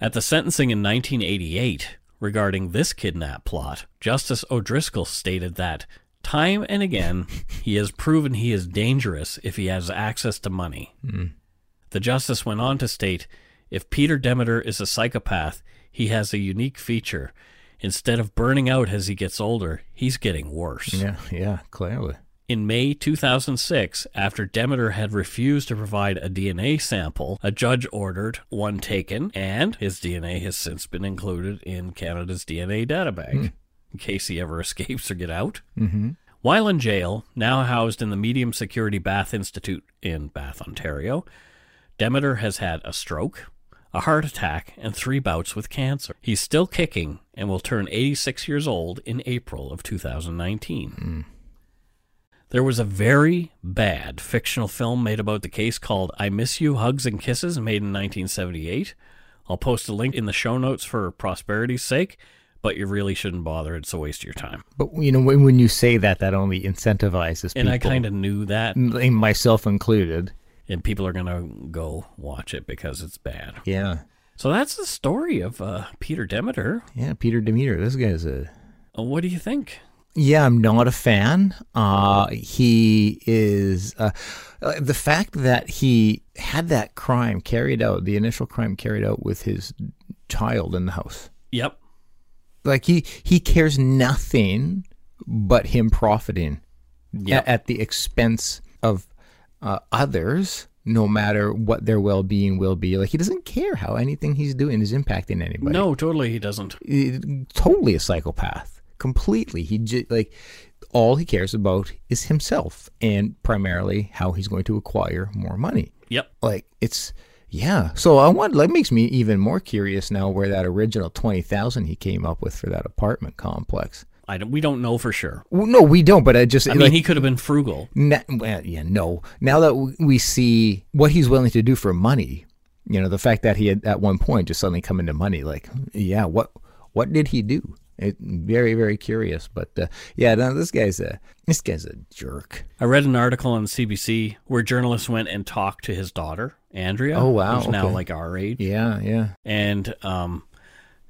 [SPEAKER 3] At the sentencing in 1988 regarding this kidnap plot, Justice O'Driscoll stated that time and again he has proven he is dangerous if he has access to money. The justice went on to state if Peter Demeter is a psychopath, he has a unique feature. Instead of burning out as he gets older, he's getting worse.
[SPEAKER 2] Yeah. Yeah. Clearly.
[SPEAKER 3] In May 2006, after Demeter had refused to provide a DNA sample, a judge ordered one taken, and his DNA has since been included in Canada's DNA database, in case he ever escapes or get out.
[SPEAKER 2] Mm-hmm.
[SPEAKER 3] While in jail, now housed in the medium security Bath Institute in Bath, Ontario, Demeter has had a stroke, a heart attack, and three bouts with cancer. He's still kicking and will turn 86 years old in April of 2019. There was a very bad fictional film made about the case called I Miss You Hugs and Kisses, made in 1978. I'll post a link in the show notes for prosperity's sake, but you really shouldn't bother. It's a waste of your time.
[SPEAKER 2] But you know, when, when you say that, that only incentivizes
[SPEAKER 3] And
[SPEAKER 2] people,
[SPEAKER 3] I kind of knew that,
[SPEAKER 2] of myself included.
[SPEAKER 3] and people are going to go watch it because it's bad.
[SPEAKER 2] Yeah.
[SPEAKER 3] So that's the story of uh, Peter Demeter.
[SPEAKER 2] Yeah. Peter Demeter. This guy's a
[SPEAKER 3] Uh, What do you think?
[SPEAKER 2] Yeah, I'm not a fan. Uh, he is uh, uh, the fact that he had that crime carried out, the initial crime carried out with his child in the house.
[SPEAKER 3] Yep.
[SPEAKER 2] Like he he cares nothing but him profiting a- at the expense of uh, others, no matter what their well being will be. Like he doesn't care how anything he's doing is impacting anybody
[SPEAKER 3] No, totally, he doesn't.
[SPEAKER 2] totally a psychopath completely he j- like all he cares about is himself and primarily how he's going to acquire more money
[SPEAKER 3] Yep.
[SPEAKER 2] like it's yeah so i want that makes me even more curious now where that original 20000 he came up with for that apartment complex
[SPEAKER 3] I don't, we don't know for sure.
[SPEAKER 2] well, no we don't but i just
[SPEAKER 3] I mean,
[SPEAKER 2] like,
[SPEAKER 3] he could have been frugal.
[SPEAKER 2] Na- well, yeah, no. Now that w- we see what he's willing to do for money, you know, the fact that he had at one point just suddenly come into money, like, yeah, what what did he do? It, very very curious, but uh, yeah, no, this guy's a this guy's a jerk.
[SPEAKER 3] I read an article on CBC where journalists went and talked to his daughter, Andrea.
[SPEAKER 2] Oh, wow,
[SPEAKER 3] Who's now
[SPEAKER 2] okay.
[SPEAKER 3] like our age.
[SPEAKER 2] Yeah, yeah,
[SPEAKER 3] And um,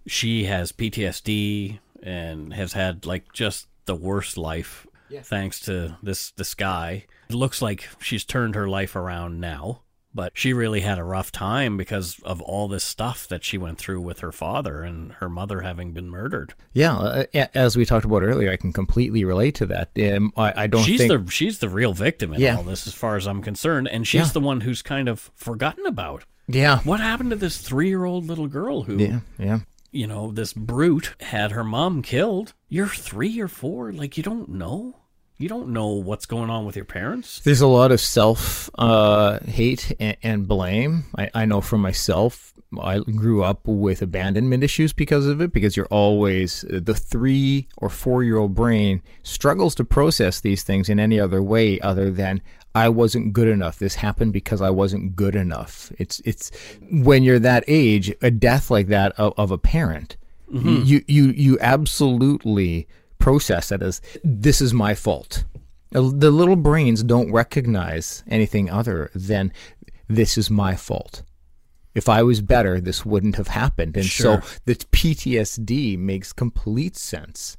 [SPEAKER 3] she has PTSD and has had like just the worst life thanks to this, this guy. It looks like she's turned her life around now, but she really had a rough time because of all this stuff that she went through with her father and her mother having been murdered.
[SPEAKER 2] yeah. Uh, a- as we talked about earlier, I can completely relate to that. Um, I, I don't
[SPEAKER 3] she's
[SPEAKER 2] think
[SPEAKER 3] the she's the real victim in
[SPEAKER 2] Yeah.
[SPEAKER 3] all this as far as I'm concerned and she's
[SPEAKER 2] Yeah.
[SPEAKER 3] the one who's kind of forgotten about.
[SPEAKER 2] yeah,
[SPEAKER 3] What happened to this 3-year-old little girl who,
[SPEAKER 2] yeah, yeah.
[SPEAKER 3] you know, this brute had her mom killed? You're 3 or 4, like you don't know. You don't know what's going on with your parents.
[SPEAKER 2] There's a lot of self uh, hate and, and blame. I, I know for myself, I grew up with abandonment issues because of it, because you're always uh, the three or four year old brain struggles to process these things in any other way other than I wasn't good enough. This happened because I wasn't good enough. It's it's when you're that age, a death like that of, of a parent, you you you absolutely process that as this is my fault. Uh, The little brains don't recognize anything other than this is my fault. If I was better, this wouldn't have happened. And
[SPEAKER 3] Sure.
[SPEAKER 2] so the PTSD makes complete sense.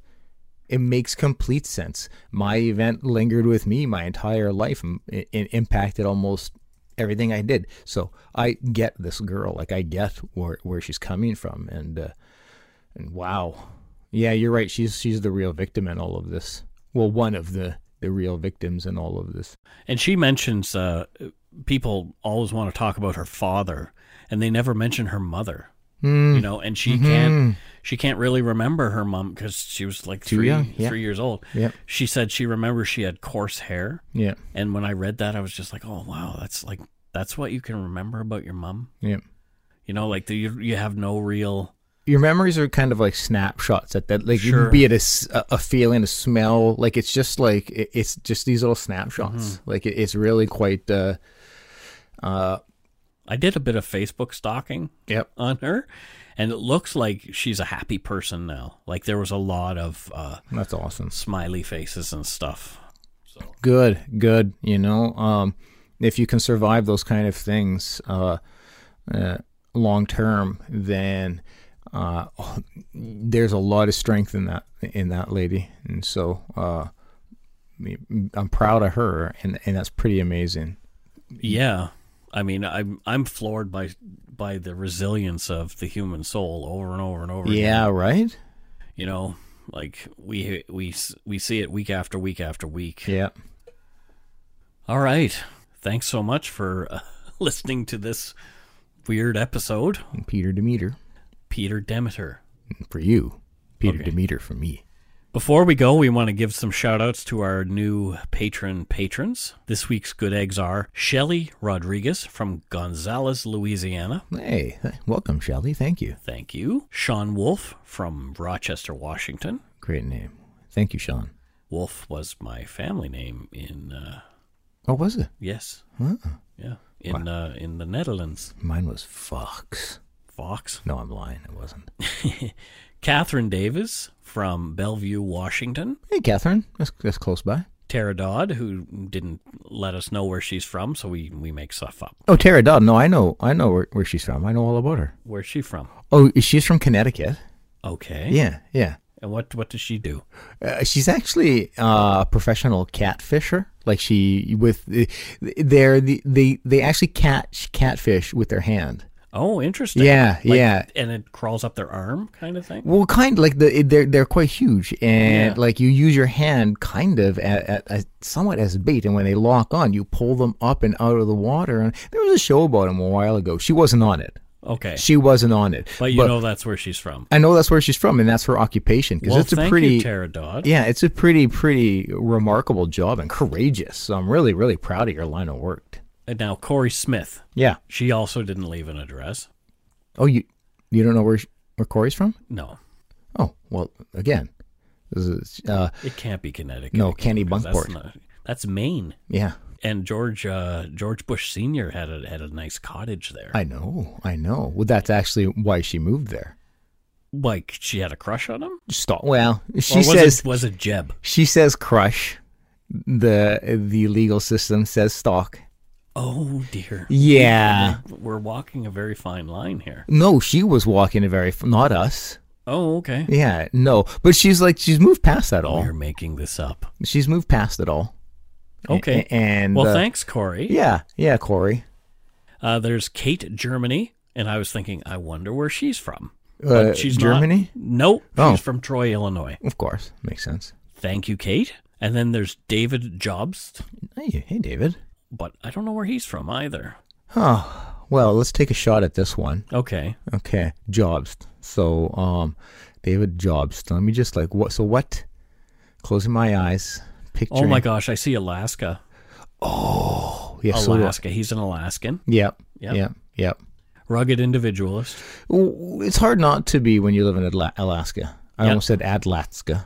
[SPEAKER 2] It makes complete sense. My event lingered with me my entire life and it, it impacted almost everything I did. So I get this girl. Like I get where, where she's coming from. And, uh, and wow. Yeah, you're right. She's she's the real victim in all of this. Well, one of the the real victims in all of this.
[SPEAKER 3] And she mentions uh, people always want to talk about her father, and they never mention her mother.
[SPEAKER 2] Hmm.
[SPEAKER 3] You know, and
[SPEAKER 2] Mm-hmm.
[SPEAKER 3] she can't she can't really remember her mom because she was like three
[SPEAKER 2] young, yeah.
[SPEAKER 3] three years old.
[SPEAKER 2] Yep.
[SPEAKER 3] She said she remembers she had coarse hair,
[SPEAKER 2] Yeah.
[SPEAKER 3] and when I read that, I was just like, oh wow, that's like that's what you can remember about your mom.
[SPEAKER 2] Yeah.
[SPEAKER 3] You know, like the, you you have no real
[SPEAKER 2] Your memories are kind of like snapshots at that, like
[SPEAKER 3] Sure.
[SPEAKER 2] be it a, s- a- a feeling, a smell, like it's just like it- it's just these little snapshots. Like it, it's really quite. Uh, uh,
[SPEAKER 3] I did a bit of Facebook stalking
[SPEAKER 2] yep.
[SPEAKER 3] on her, and it looks like she's a happy person now. Like there was a lot of uh,
[SPEAKER 2] That's awesome.
[SPEAKER 3] smiley faces and stuff.
[SPEAKER 2] good good you know um if you can survive those kind of things uh, uh long term then uh there's a lot of strength in that in that lady and so uh I'm proud of her and and that's pretty amazing
[SPEAKER 3] Yeah, I mean, I'm I'm floored by by the resilience of the human soul over and over and over. again.
[SPEAKER 2] yeah right
[SPEAKER 3] you know, like we we s- we see it week after week after week.
[SPEAKER 2] yeah
[SPEAKER 3] All right, thanks so much for uh, listening to this weird episode,
[SPEAKER 2] and Peter Demeter
[SPEAKER 3] Peter Demeter.
[SPEAKER 2] for you Peter
[SPEAKER 3] Okay.
[SPEAKER 2] Demeter for me
[SPEAKER 3] Before we go, we want to give some shout outs to our new patron patrons. This week's good eggs are Shelly Rodriguez from Gonzales, Louisiana.
[SPEAKER 2] hey welcome Shelley thank you
[SPEAKER 3] Thank you. Sean Wolf from Rochester, Washington.
[SPEAKER 2] great name thank you Sean
[SPEAKER 3] Wolf was my family name in, uh,
[SPEAKER 2] oh was it
[SPEAKER 3] yes,
[SPEAKER 2] huh?
[SPEAKER 3] yeah, in, uh, in the Netherlands.
[SPEAKER 2] mine was Fox
[SPEAKER 3] Fox.
[SPEAKER 2] No, I'm lying. It wasn't.
[SPEAKER 3] Catherine Davis from Bellevue, Washington.
[SPEAKER 2] Hey, Catherine. That's, that's close by.
[SPEAKER 3] Tara Dodd, who didn't let us know where she's from, so we, we make stuff up.
[SPEAKER 2] Oh, Tara Dodd. No, I know. I know where, where she's from. I know all about her.
[SPEAKER 3] Where's she from?
[SPEAKER 2] Oh, she's from Connecticut.
[SPEAKER 3] Okay.
[SPEAKER 2] Yeah, yeah.
[SPEAKER 3] And what what does she do?
[SPEAKER 2] Uh, she's actually uh, a professional catfisher. Like she with they're the they they actually catch catfish with their hand.
[SPEAKER 3] Oh, interesting.
[SPEAKER 2] Yeah,
[SPEAKER 3] Like-
[SPEAKER 2] yeah.
[SPEAKER 3] And it crawls up their arm, kind of thing.
[SPEAKER 2] Well, kind like the they're they're quite huge, and
[SPEAKER 3] Yeah.
[SPEAKER 2] like you use your hand kind of at, at, as- somewhat as bait, and when they lock on, you pull them up and out of the water. And there was a show about him a while ago. She wasn't on it.
[SPEAKER 3] Okay.
[SPEAKER 2] She wasn't on it.
[SPEAKER 3] but you know that's where she's from.
[SPEAKER 2] I know that's where she's from, and that's her occupation because
[SPEAKER 3] Well,
[SPEAKER 2] it's a
[SPEAKER 3] thank
[SPEAKER 2] pretty,
[SPEAKER 3] you, Tara Dodd.
[SPEAKER 2] yeah, it's a pretty, pretty remarkable job and courageous. So I'm really, really proud of your line of work.
[SPEAKER 3] And now Corey Smith.
[SPEAKER 2] Yeah.
[SPEAKER 3] She also didn't leave an address.
[SPEAKER 2] Oh, you, you don't know where sh- where Corey's from?
[SPEAKER 3] No,
[SPEAKER 2] Oh, well, again, this is uh,
[SPEAKER 3] it can't be Connecticut.
[SPEAKER 2] no Candy
[SPEAKER 3] that's,
[SPEAKER 2] Bunkport.
[SPEAKER 3] not, that's Maine.
[SPEAKER 2] yeah,
[SPEAKER 3] And George uh, George Bush Senior had a had a nice cottage there.
[SPEAKER 2] I know, I know. Well, that's actually why she moved there.
[SPEAKER 3] like she had a crush on him.
[SPEAKER 2] Stop. Well,
[SPEAKER 3] Or
[SPEAKER 2] she
[SPEAKER 3] was
[SPEAKER 2] says
[SPEAKER 3] it, was it Jeb?
[SPEAKER 2] she says crush. The the legal system says stalk.
[SPEAKER 3] Oh dear.
[SPEAKER 2] Yeah.
[SPEAKER 3] We're walking a very fine line here.
[SPEAKER 2] No, she was walking a very not us.
[SPEAKER 3] Oh, okay.
[SPEAKER 2] Yeah, no, but she's like she's moved past that all.
[SPEAKER 3] We're making this up.
[SPEAKER 2] She's moved past it all.
[SPEAKER 3] Okay.
[SPEAKER 2] A- and
[SPEAKER 3] well,
[SPEAKER 2] uh,
[SPEAKER 3] thanks, Corey.
[SPEAKER 2] Yeah, yeah, Corey.
[SPEAKER 3] Uh, there's Kate Germany, and I was thinking, I wonder where she's from.
[SPEAKER 2] Uh,
[SPEAKER 3] she's
[SPEAKER 2] Germany,
[SPEAKER 3] No, nope,
[SPEAKER 2] Oh.
[SPEAKER 3] she's from Troy, Illinois.
[SPEAKER 2] of course, makes sense.
[SPEAKER 3] Thank you, Kate. And then there's David Jobst,
[SPEAKER 2] Hey, hey, David.
[SPEAKER 3] but I don't know where he's from either.
[SPEAKER 2] Oh, well, let's take a shot at this one.
[SPEAKER 3] Okay,
[SPEAKER 2] Okay, Jobs. So, um, David Jobs. Let me just like what? So what? Closing my eyes, picturing.
[SPEAKER 3] Oh my gosh, I see Alaska.
[SPEAKER 2] Oh, yes. so do I.
[SPEAKER 3] Alaska. He's an Alaskan.
[SPEAKER 2] Yep.
[SPEAKER 3] Yep.
[SPEAKER 2] Yep. Yep.
[SPEAKER 3] Rugged individualist.
[SPEAKER 2] W- It's hard not to be when you live in Adla- Alaska. I
[SPEAKER 3] Yep.
[SPEAKER 2] almost said Adlatska.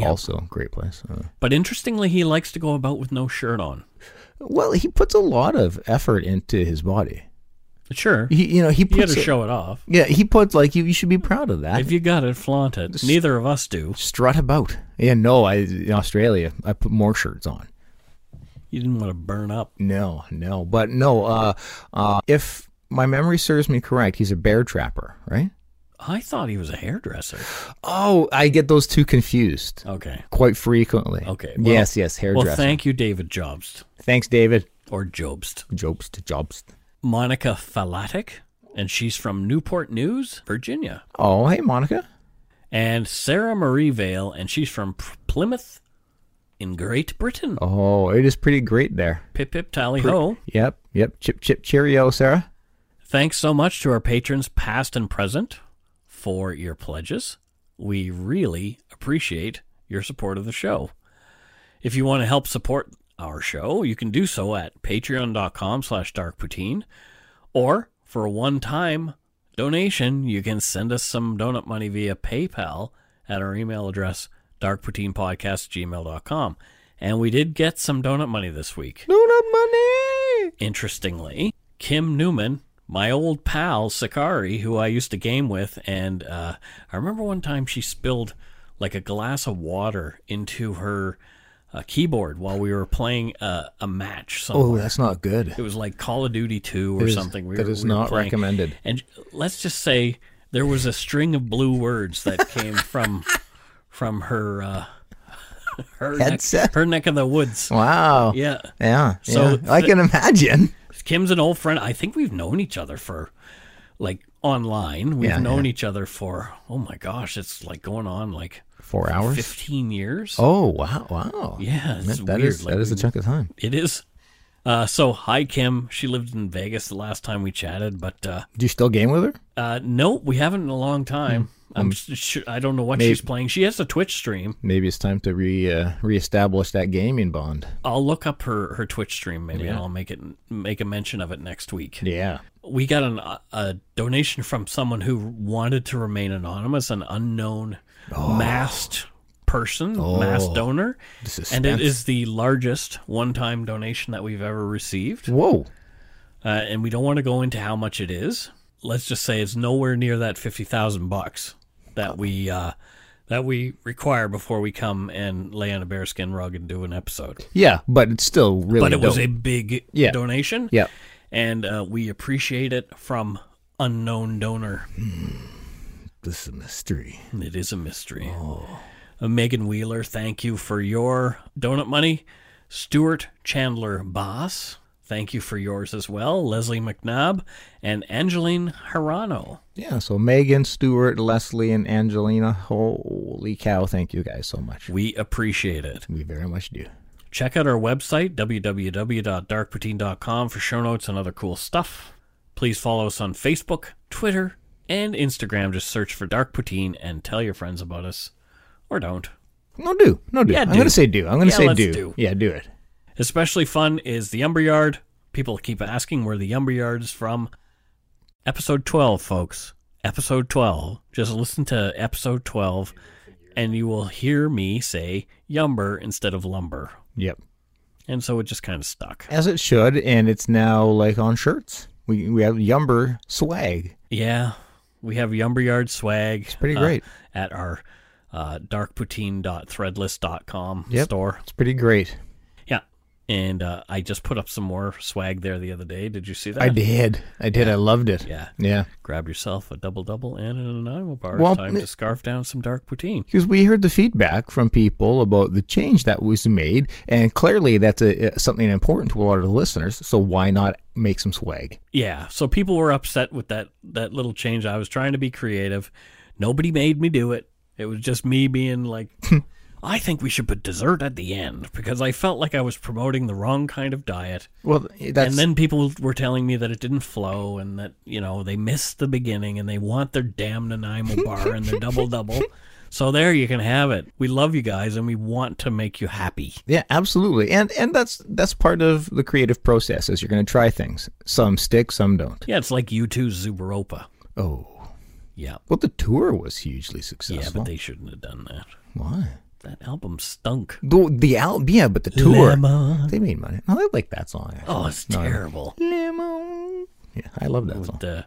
[SPEAKER 2] Also, a great place. Uh,
[SPEAKER 3] But interestingly, he likes to go about with no shirt on.
[SPEAKER 2] well, he puts a lot of effort into his body.
[SPEAKER 3] Sure.
[SPEAKER 2] He, you know, he
[SPEAKER 3] You got
[SPEAKER 2] puts
[SPEAKER 3] to
[SPEAKER 2] a-
[SPEAKER 3] show it off.
[SPEAKER 2] Yeah, he puts like you. You should be proud of that.
[SPEAKER 3] If you got it, flaunt it. Neither of us do.
[SPEAKER 2] Strut about. Yeah, no. I in Australia, I put more shirts on.
[SPEAKER 3] You didn't want to burn up.
[SPEAKER 2] No, no, but no. Uh, uh, if my memory serves me correct, he's a bear trapper, right?
[SPEAKER 3] I thought he was a hairdresser.
[SPEAKER 2] Oh, I get those two confused
[SPEAKER 3] Okay.
[SPEAKER 2] quite frequently.
[SPEAKER 3] Okay, well-
[SPEAKER 2] yes, yes, hairdresser.
[SPEAKER 3] Well, thank you, David Jobst
[SPEAKER 2] Thanks, David.
[SPEAKER 3] or Jobst.
[SPEAKER 2] Jobst, Jobst.
[SPEAKER 3] Monica Falatic, and she's from Newport News, Virginia.
[SPEAKER 2] Oh, hey, Monica.
[SPEAKER 3] And Sarah Marie Vale, and she's from P- Plymouth in Great Britain.
[SPEAKER 2] Oh, it is pretty great there.
[SPEAKER 3] Pip pip tally ho.
[SPEAKER 2] Yep, yep. Chip, chip, cheerio, Sarah.
[SPEAKER 3] Thanks so much to our patrons, past and present, for your pledges. We really appreciate your support of the show. If you want to help support our show, you can do so at patreon.com slash darkpoutine, or for a one-time donation, you can send us some donut money via PayPal at our email address, darkpoutinepodcast@gmail.com. And we did get some donut money this week.
[SPEAKER 2] Donut money.
[SPEAKER 3] Interestingly, Kim Newman, my old pal Sakari, who I used to game with, and uh, I remember one time she spilled like a glass of water into her uh, keyboard while we were playing a, a match.
[SPEAKER 2] Oh,
[SPEAKER 3] Somewhere.
[SPEAKER 2] that's not good.
[SPEAKER 3] it was like Call of Duty 2 or
[SPEAKER 2] That is-
[SPEAKER 3] something.
[SPEAKER 2] that is
[SPEAKER 3] were
[SPEAKER 2] not
[SPEAKER 3] playing.
[SPEAKER 2] recommended.
[SPEAKER 3] And let's just say there was a string of blue words that came from from her uh, her neck,
[SPEAKER 2] Headset?
[SPEAKER 3] her neck of the
[SPEAKER 2] Oh.
[SPEAKER 3] woods.
[SPEAKER 2] Wow.
[SPEAKER 3] Yeah.
[SPEAKER 2] Yeah.
[SPEAKER 3] So
[SPEAKER 2] yeah. I
[SPEAKER 3] th-
[SPEAKER 2] can imagine.
[SPEAKER 3] Kim's an old friend. I think we've known each other for like online. We've
[SPEAKER 2] Yeah,
[SPEAKER 3] known each other for oh my gosh, it's like going on like
[SPEAKER 2] Four hours.
[SPEAKER 3] fifteen years.
[SPEAKER 2] Oh wow, wow.
[SPEAKER 3] Yeah, it's
[SPEAKER 2] That- that
[SPEAKER 3] weird,
[SPEAKER 2] is
[SPEAKER 3] like,
[SPEAKER 2] that is a chunk of time.
[SPEAKER 3] It is. Uh, so hi Kim. She lived in Vegas the last time we chatted, but uh,
[SPEAKER 2] Do you still game with her?
[SPEAKER 3] uh, no, we haven't in a long time.
[SPEAKER 2] Hmm. Um,
[SPEAKER 3] I'm s- sure, I don't know what she's playing. She has a Twitch stream.
[SPEAKER 2] Maybe it's time to re uh, reestablish that gaming bond.
[SPEAKER 3] I'll look up her, her Twitch stream maybe, and I'll make it make a mention of it next week.
[SPEAKER 2] Yeah.
[SPEAKER 3] we got an, uh, a donation from someone who wanted to remain anonymous, an unknown
[SPEAKER 2] Oh.
[SPEAKER 3] masked person, masked donor.
[SPEAKER 2] This is
[SPEAKER 3] And it is the largest one time donation that we've ever received.
[SPEAKER 2] Whoa.
[SPEAKER 3] Uh, and we don't want to go into how much it is. Let's just say it's nowhere near that 50,000 bucks that we. Uh, that we require before we come and lay on a bearskin rug and do an episode.
[SPEAKER 2] Yeah, but it's still really
[SPEAKER 3] But it was a
[SPEAKER 2] dope.
[SPEAKER 3] big
[SPEAKER 2] Yeah.
[SPEAKER 3] donation
[SPEAKER 2] Yeah.
[SPEAKER 3] and uh, we appreciate it from unknown donor.
[SPEAKER 2] This is a mystery.
[SPEAKER 3] It is a mystery. Uh, Megan Wheeler, thank you for your donut money. Stuart Chandler Boss, thank you for yours as well. Leslie McNabb and Angeline Hirano.
[SPEAKER 2] Yeah, so Megan, Stewart, Leslie, and Angelina. Holy cow, thank you guys so much.
[SPEAKER 3] We appreciate it.
[SPEAKER 2] We very much do.
[SPEAKER 3] Check out our website, www.darkpoutine.com, for show notes and other cool stuff. Please follow us on Facebook, Twitter, and Instagram. Just search for Dark Poutine and tell your friends about us. Or don't.
[SPEAKER 2] No do. No do.
[SPEAKER 3] Yeah,
[SPEAKER 2] I'm
[SPEAKER 3] do.
[SPEAKER 2] gonna say do. I'm gonna
[SPEAKER 3] Yeah,
[SPEAKER 2] say
[SPEAKER 3] let's
[SPEAKER 2] do.
[SPEAKER 3] do.
[SPEAKER 2] Yeah, do it.
[SPEAKER 3] Especially fun is the Umber Yard. People keep asking where the Umber Yard is from. Episode 12, folks. Episode 12. Just listen to episode 12 and you will hear me say Yumber instead of lumber.
[SPEAKER 2] Yep.
[SPEAKER 3] And so it just kind of stuck.
[SPEAKER 2] As it should, and it's now like on shirts. We we have Yumber swag.
[SPEAKER 3] Yeah. We have Yumber Yard swag. It's
[SPEAKER 2] pretty great.
[SPEAKER 3] At our uh, darkpoutine.threadless.com
[SPEAKER 2] Yep.
[SPEAKER 3] store.
[SPEAKER 2] It's pretty great.
[SPEAKER 3] Yeah. And uh, I just put up some more swag there the other day. Did you see that?
[SPEAKER 2] I did. I did. I loved it.
[SPEAKER 3] Yeah.
[SPEAKER 2] Yeah.
[SPEAKER 3] grab yourself a double double and an anonymous bar.
[SPEAKER 2] Well,
[SPEAKER 3] it's time
[SPEAKER 2] m-
[SPEAKER 3] to scarf down some dark poutine.
[SPEAKER 2] Because we heard the feedback from people about the change that was made, and clearly that's a, something important to a lot of the listeners. So why not make some swag?
[SPEAKER 3] Yeah, so people were upset with that that little change. I was trying to be creative. Nobody made me do it. It was just me being like, I think we should put dessert at the end because I felt like I was promoting the wrong kind of diet.
[SPEAKER 2] Well, that's
[SPEAKER 3] and then people were telling me that it didn't flow and that you know they missed the beginning and they want their damn Nanaimo bar and their double double. So there you can have it. We love you guys and we want to make you happy.
[SPEAKER 2] Yeah, absolutely. And and that's that's part of the creative process is you're going to try things. Some stick, some don't.
[SPEAKER 3] Yeah, it's like you 2s Zubaropa.
[SPEAKER 2] Oh.
[SPEAKER 3] Yeah.
[SPEAKER 2] Well, the tour was hugely
[SPEAKER 3] Yeah,
[SPEAKER 2] successful.
[SPEAKER 3] but they shouldn't have done that.
[SPEAKER 2] Why?
[SPEAKER 3] That album stunk.
[SPEAKER 2] The, the album, yeah, but the tour.
[SPEAKER 3] Lemon.
[SPEAKER 2] They made money. No, I like that song. actually.
[SPEAKER 3] Oh, it's
[SPEAKER 2] No, I don't.
[SPEAKER 3] terrible.
[SPEAKER 2] Lemon. Yeah, I love that
[SPEAKER 3] With
[SPEAKER 2] song.
[SPEAKER 3] the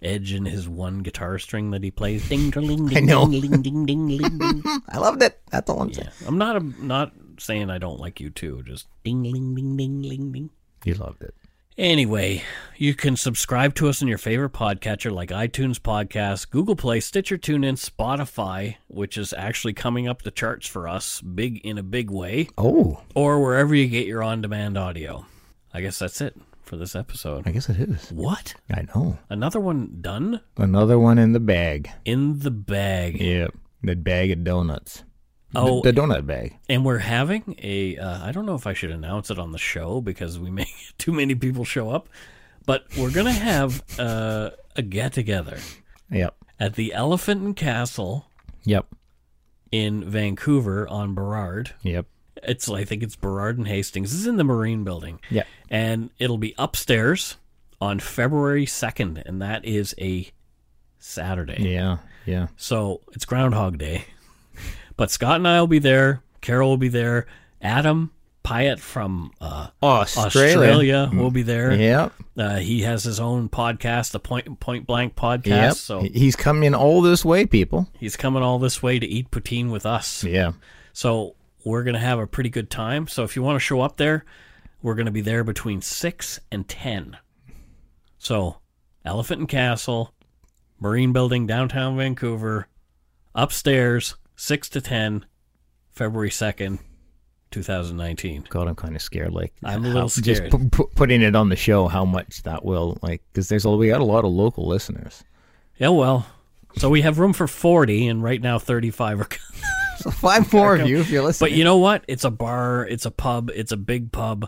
[SPEAKER 3] Edge and his one guitar string that he plays. Ding, ding,
[SPEAKER 2] I
[SPEAKER 3] ding,
[SPEAKER 2] know.
[SPEAKER 3] ding, ding, ding, ding, ding, ding.
[SPEAKER 2] Hmm, I loved it. That's all I'm saying.
[SPEAKER 3] Yeah, I'm not a, not saying I don't like you too. Just ding, ding, ding, ding, ding, ding.
[SPEAKER 2] You loved it.
[SPEAKER 3] Anyway, you can subscribe to us on your favorite podcatcher like iTunes Podcast, Google Play, Stitcher, TuneIn, Spotify, which is actually coming up the charts for us, big in a big way,
[SPEAKER 2] Oh,
[SPEAKER 3] or wherever you get your on-demand audio. I guess that's it for this episode.
[SPEAKER 2] I guess it is.
[SPEAKER 3] What?
[SPEAKER 2] I know.
[SPEAKER 3] Another one done
[SPEAKER 2] Another one in the bag.
[SPEAKER 3] in the bag.
[SPEAKER 2] Yep. The bag of donuts.
[SPEAKER 3] Oh,
[SPEAKER 2] The, the donut bag.
[SPEAKER 3] and we're having a uh, I don't know if I should announce it on the show because we may too many people show up, but we're going to have uh, a get together
[SPEAKER 2] Yep.
[SPEAKER 3] at the Elephant and Castle
[SPEAKER 2] Yep.
[SPEAKER 3] in Vancouver on Burrard.
[SPEAKER 2] Yep.
[SPEAKER 3] It's I think it's Burrard and Hastings. This is in the Marine Building.
[SPEAKER 2] Yeah.
[SPEAKER 3] And it'll be upstairs on February 2nd and that is a Saturday.
[SPEAKER 2] Yeah. Yeah.
[SPEAKER 3] So, it's Groundhog Day. But Scott and I will be there, Carol will be there, Adam Pyatt from uh, Australia,
[SPEAKER 2] Mm.
[SPEAKER 3] will be there.
[SPEAKER 2] Yep.
[SPEAKER 3] Uh, he has his own podcast, the Point Point Blank podcast.
[SPEAKER 2] Yep.
[SPEAKER 3] So
[SPEAKER 2] He- He's coming all this way, people.
[SPEAKER 3] he's coming all this way to eat poutine with us.
[SPEAKER 2] Yeah.
[SPEAKER 3] So we're gonna have a pretty good time. So if you want to show up there, we're gonna be there between six and ten. So Elephant and Castle, Marine Building, downtown Vancouver, upstairs, six to ten, February second, two thousand nineteen.
[SPEAKER 2] God, I'm kind of scared. Like,
[SPEAKER 3] I'm a little
[SPEAKER 2] how-
[SPEAKER 3] scared.
[SPEAKER 2] Just pu- pu- putting it on the show, how much that will like, because there's a, we got a lot of local listeners.
[SPEAKER 3] Yeah, well. So we have room for 40, and right now 35 are. co-
[SPEAKER 2] So five more of you, if you're listening.
[SPEAKER 3] But you know what? It's a bar, it's a pub, it's a big pub.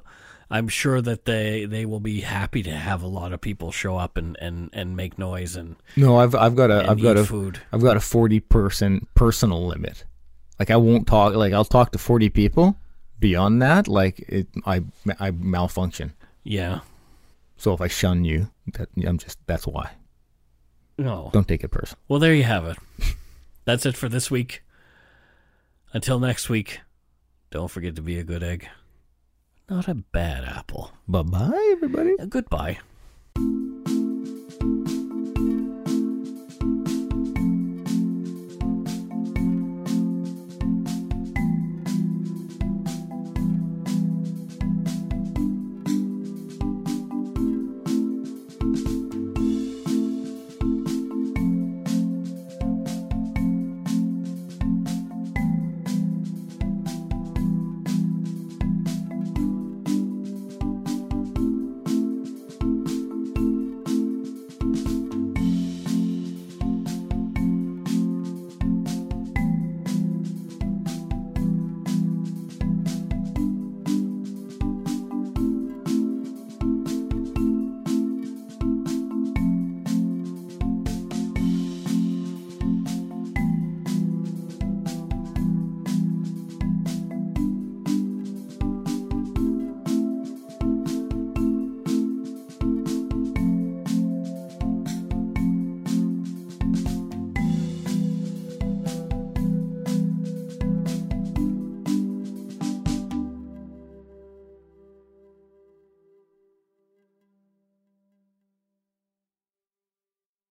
[SPEAKER 3] I'm sure that they, they will be happy to have a lot of people show up and, and, and make noise and,
[SPEAKER 2] no, I've I've got a
[SPEAKER 3] and
[SPEAKER 2] I've got
[SPEAKER 3] eat
[SPEAKER 2] a
[SPEAKER 3] food.
[SPEAKER 2] have got a forty person personal limit. Like I won't talk. Like I'll talk to forty people. Beyond that, like it, I I malfunction.
[SPEAKER 3] Yeah.
[SPEAKER 2] So if I shun you, that I'm just that's why.
[SPEAKER 3] No.
[SPEAKER 2] Don't take it personal.
[SPEAKER 3] Well, there you have it. That's it for this week. Until next week, don't forget to be a good egg. Not a bad apple.
[SPEAKER 2] Bye bye, everybody.
[SPEAKER 3] Goodbye.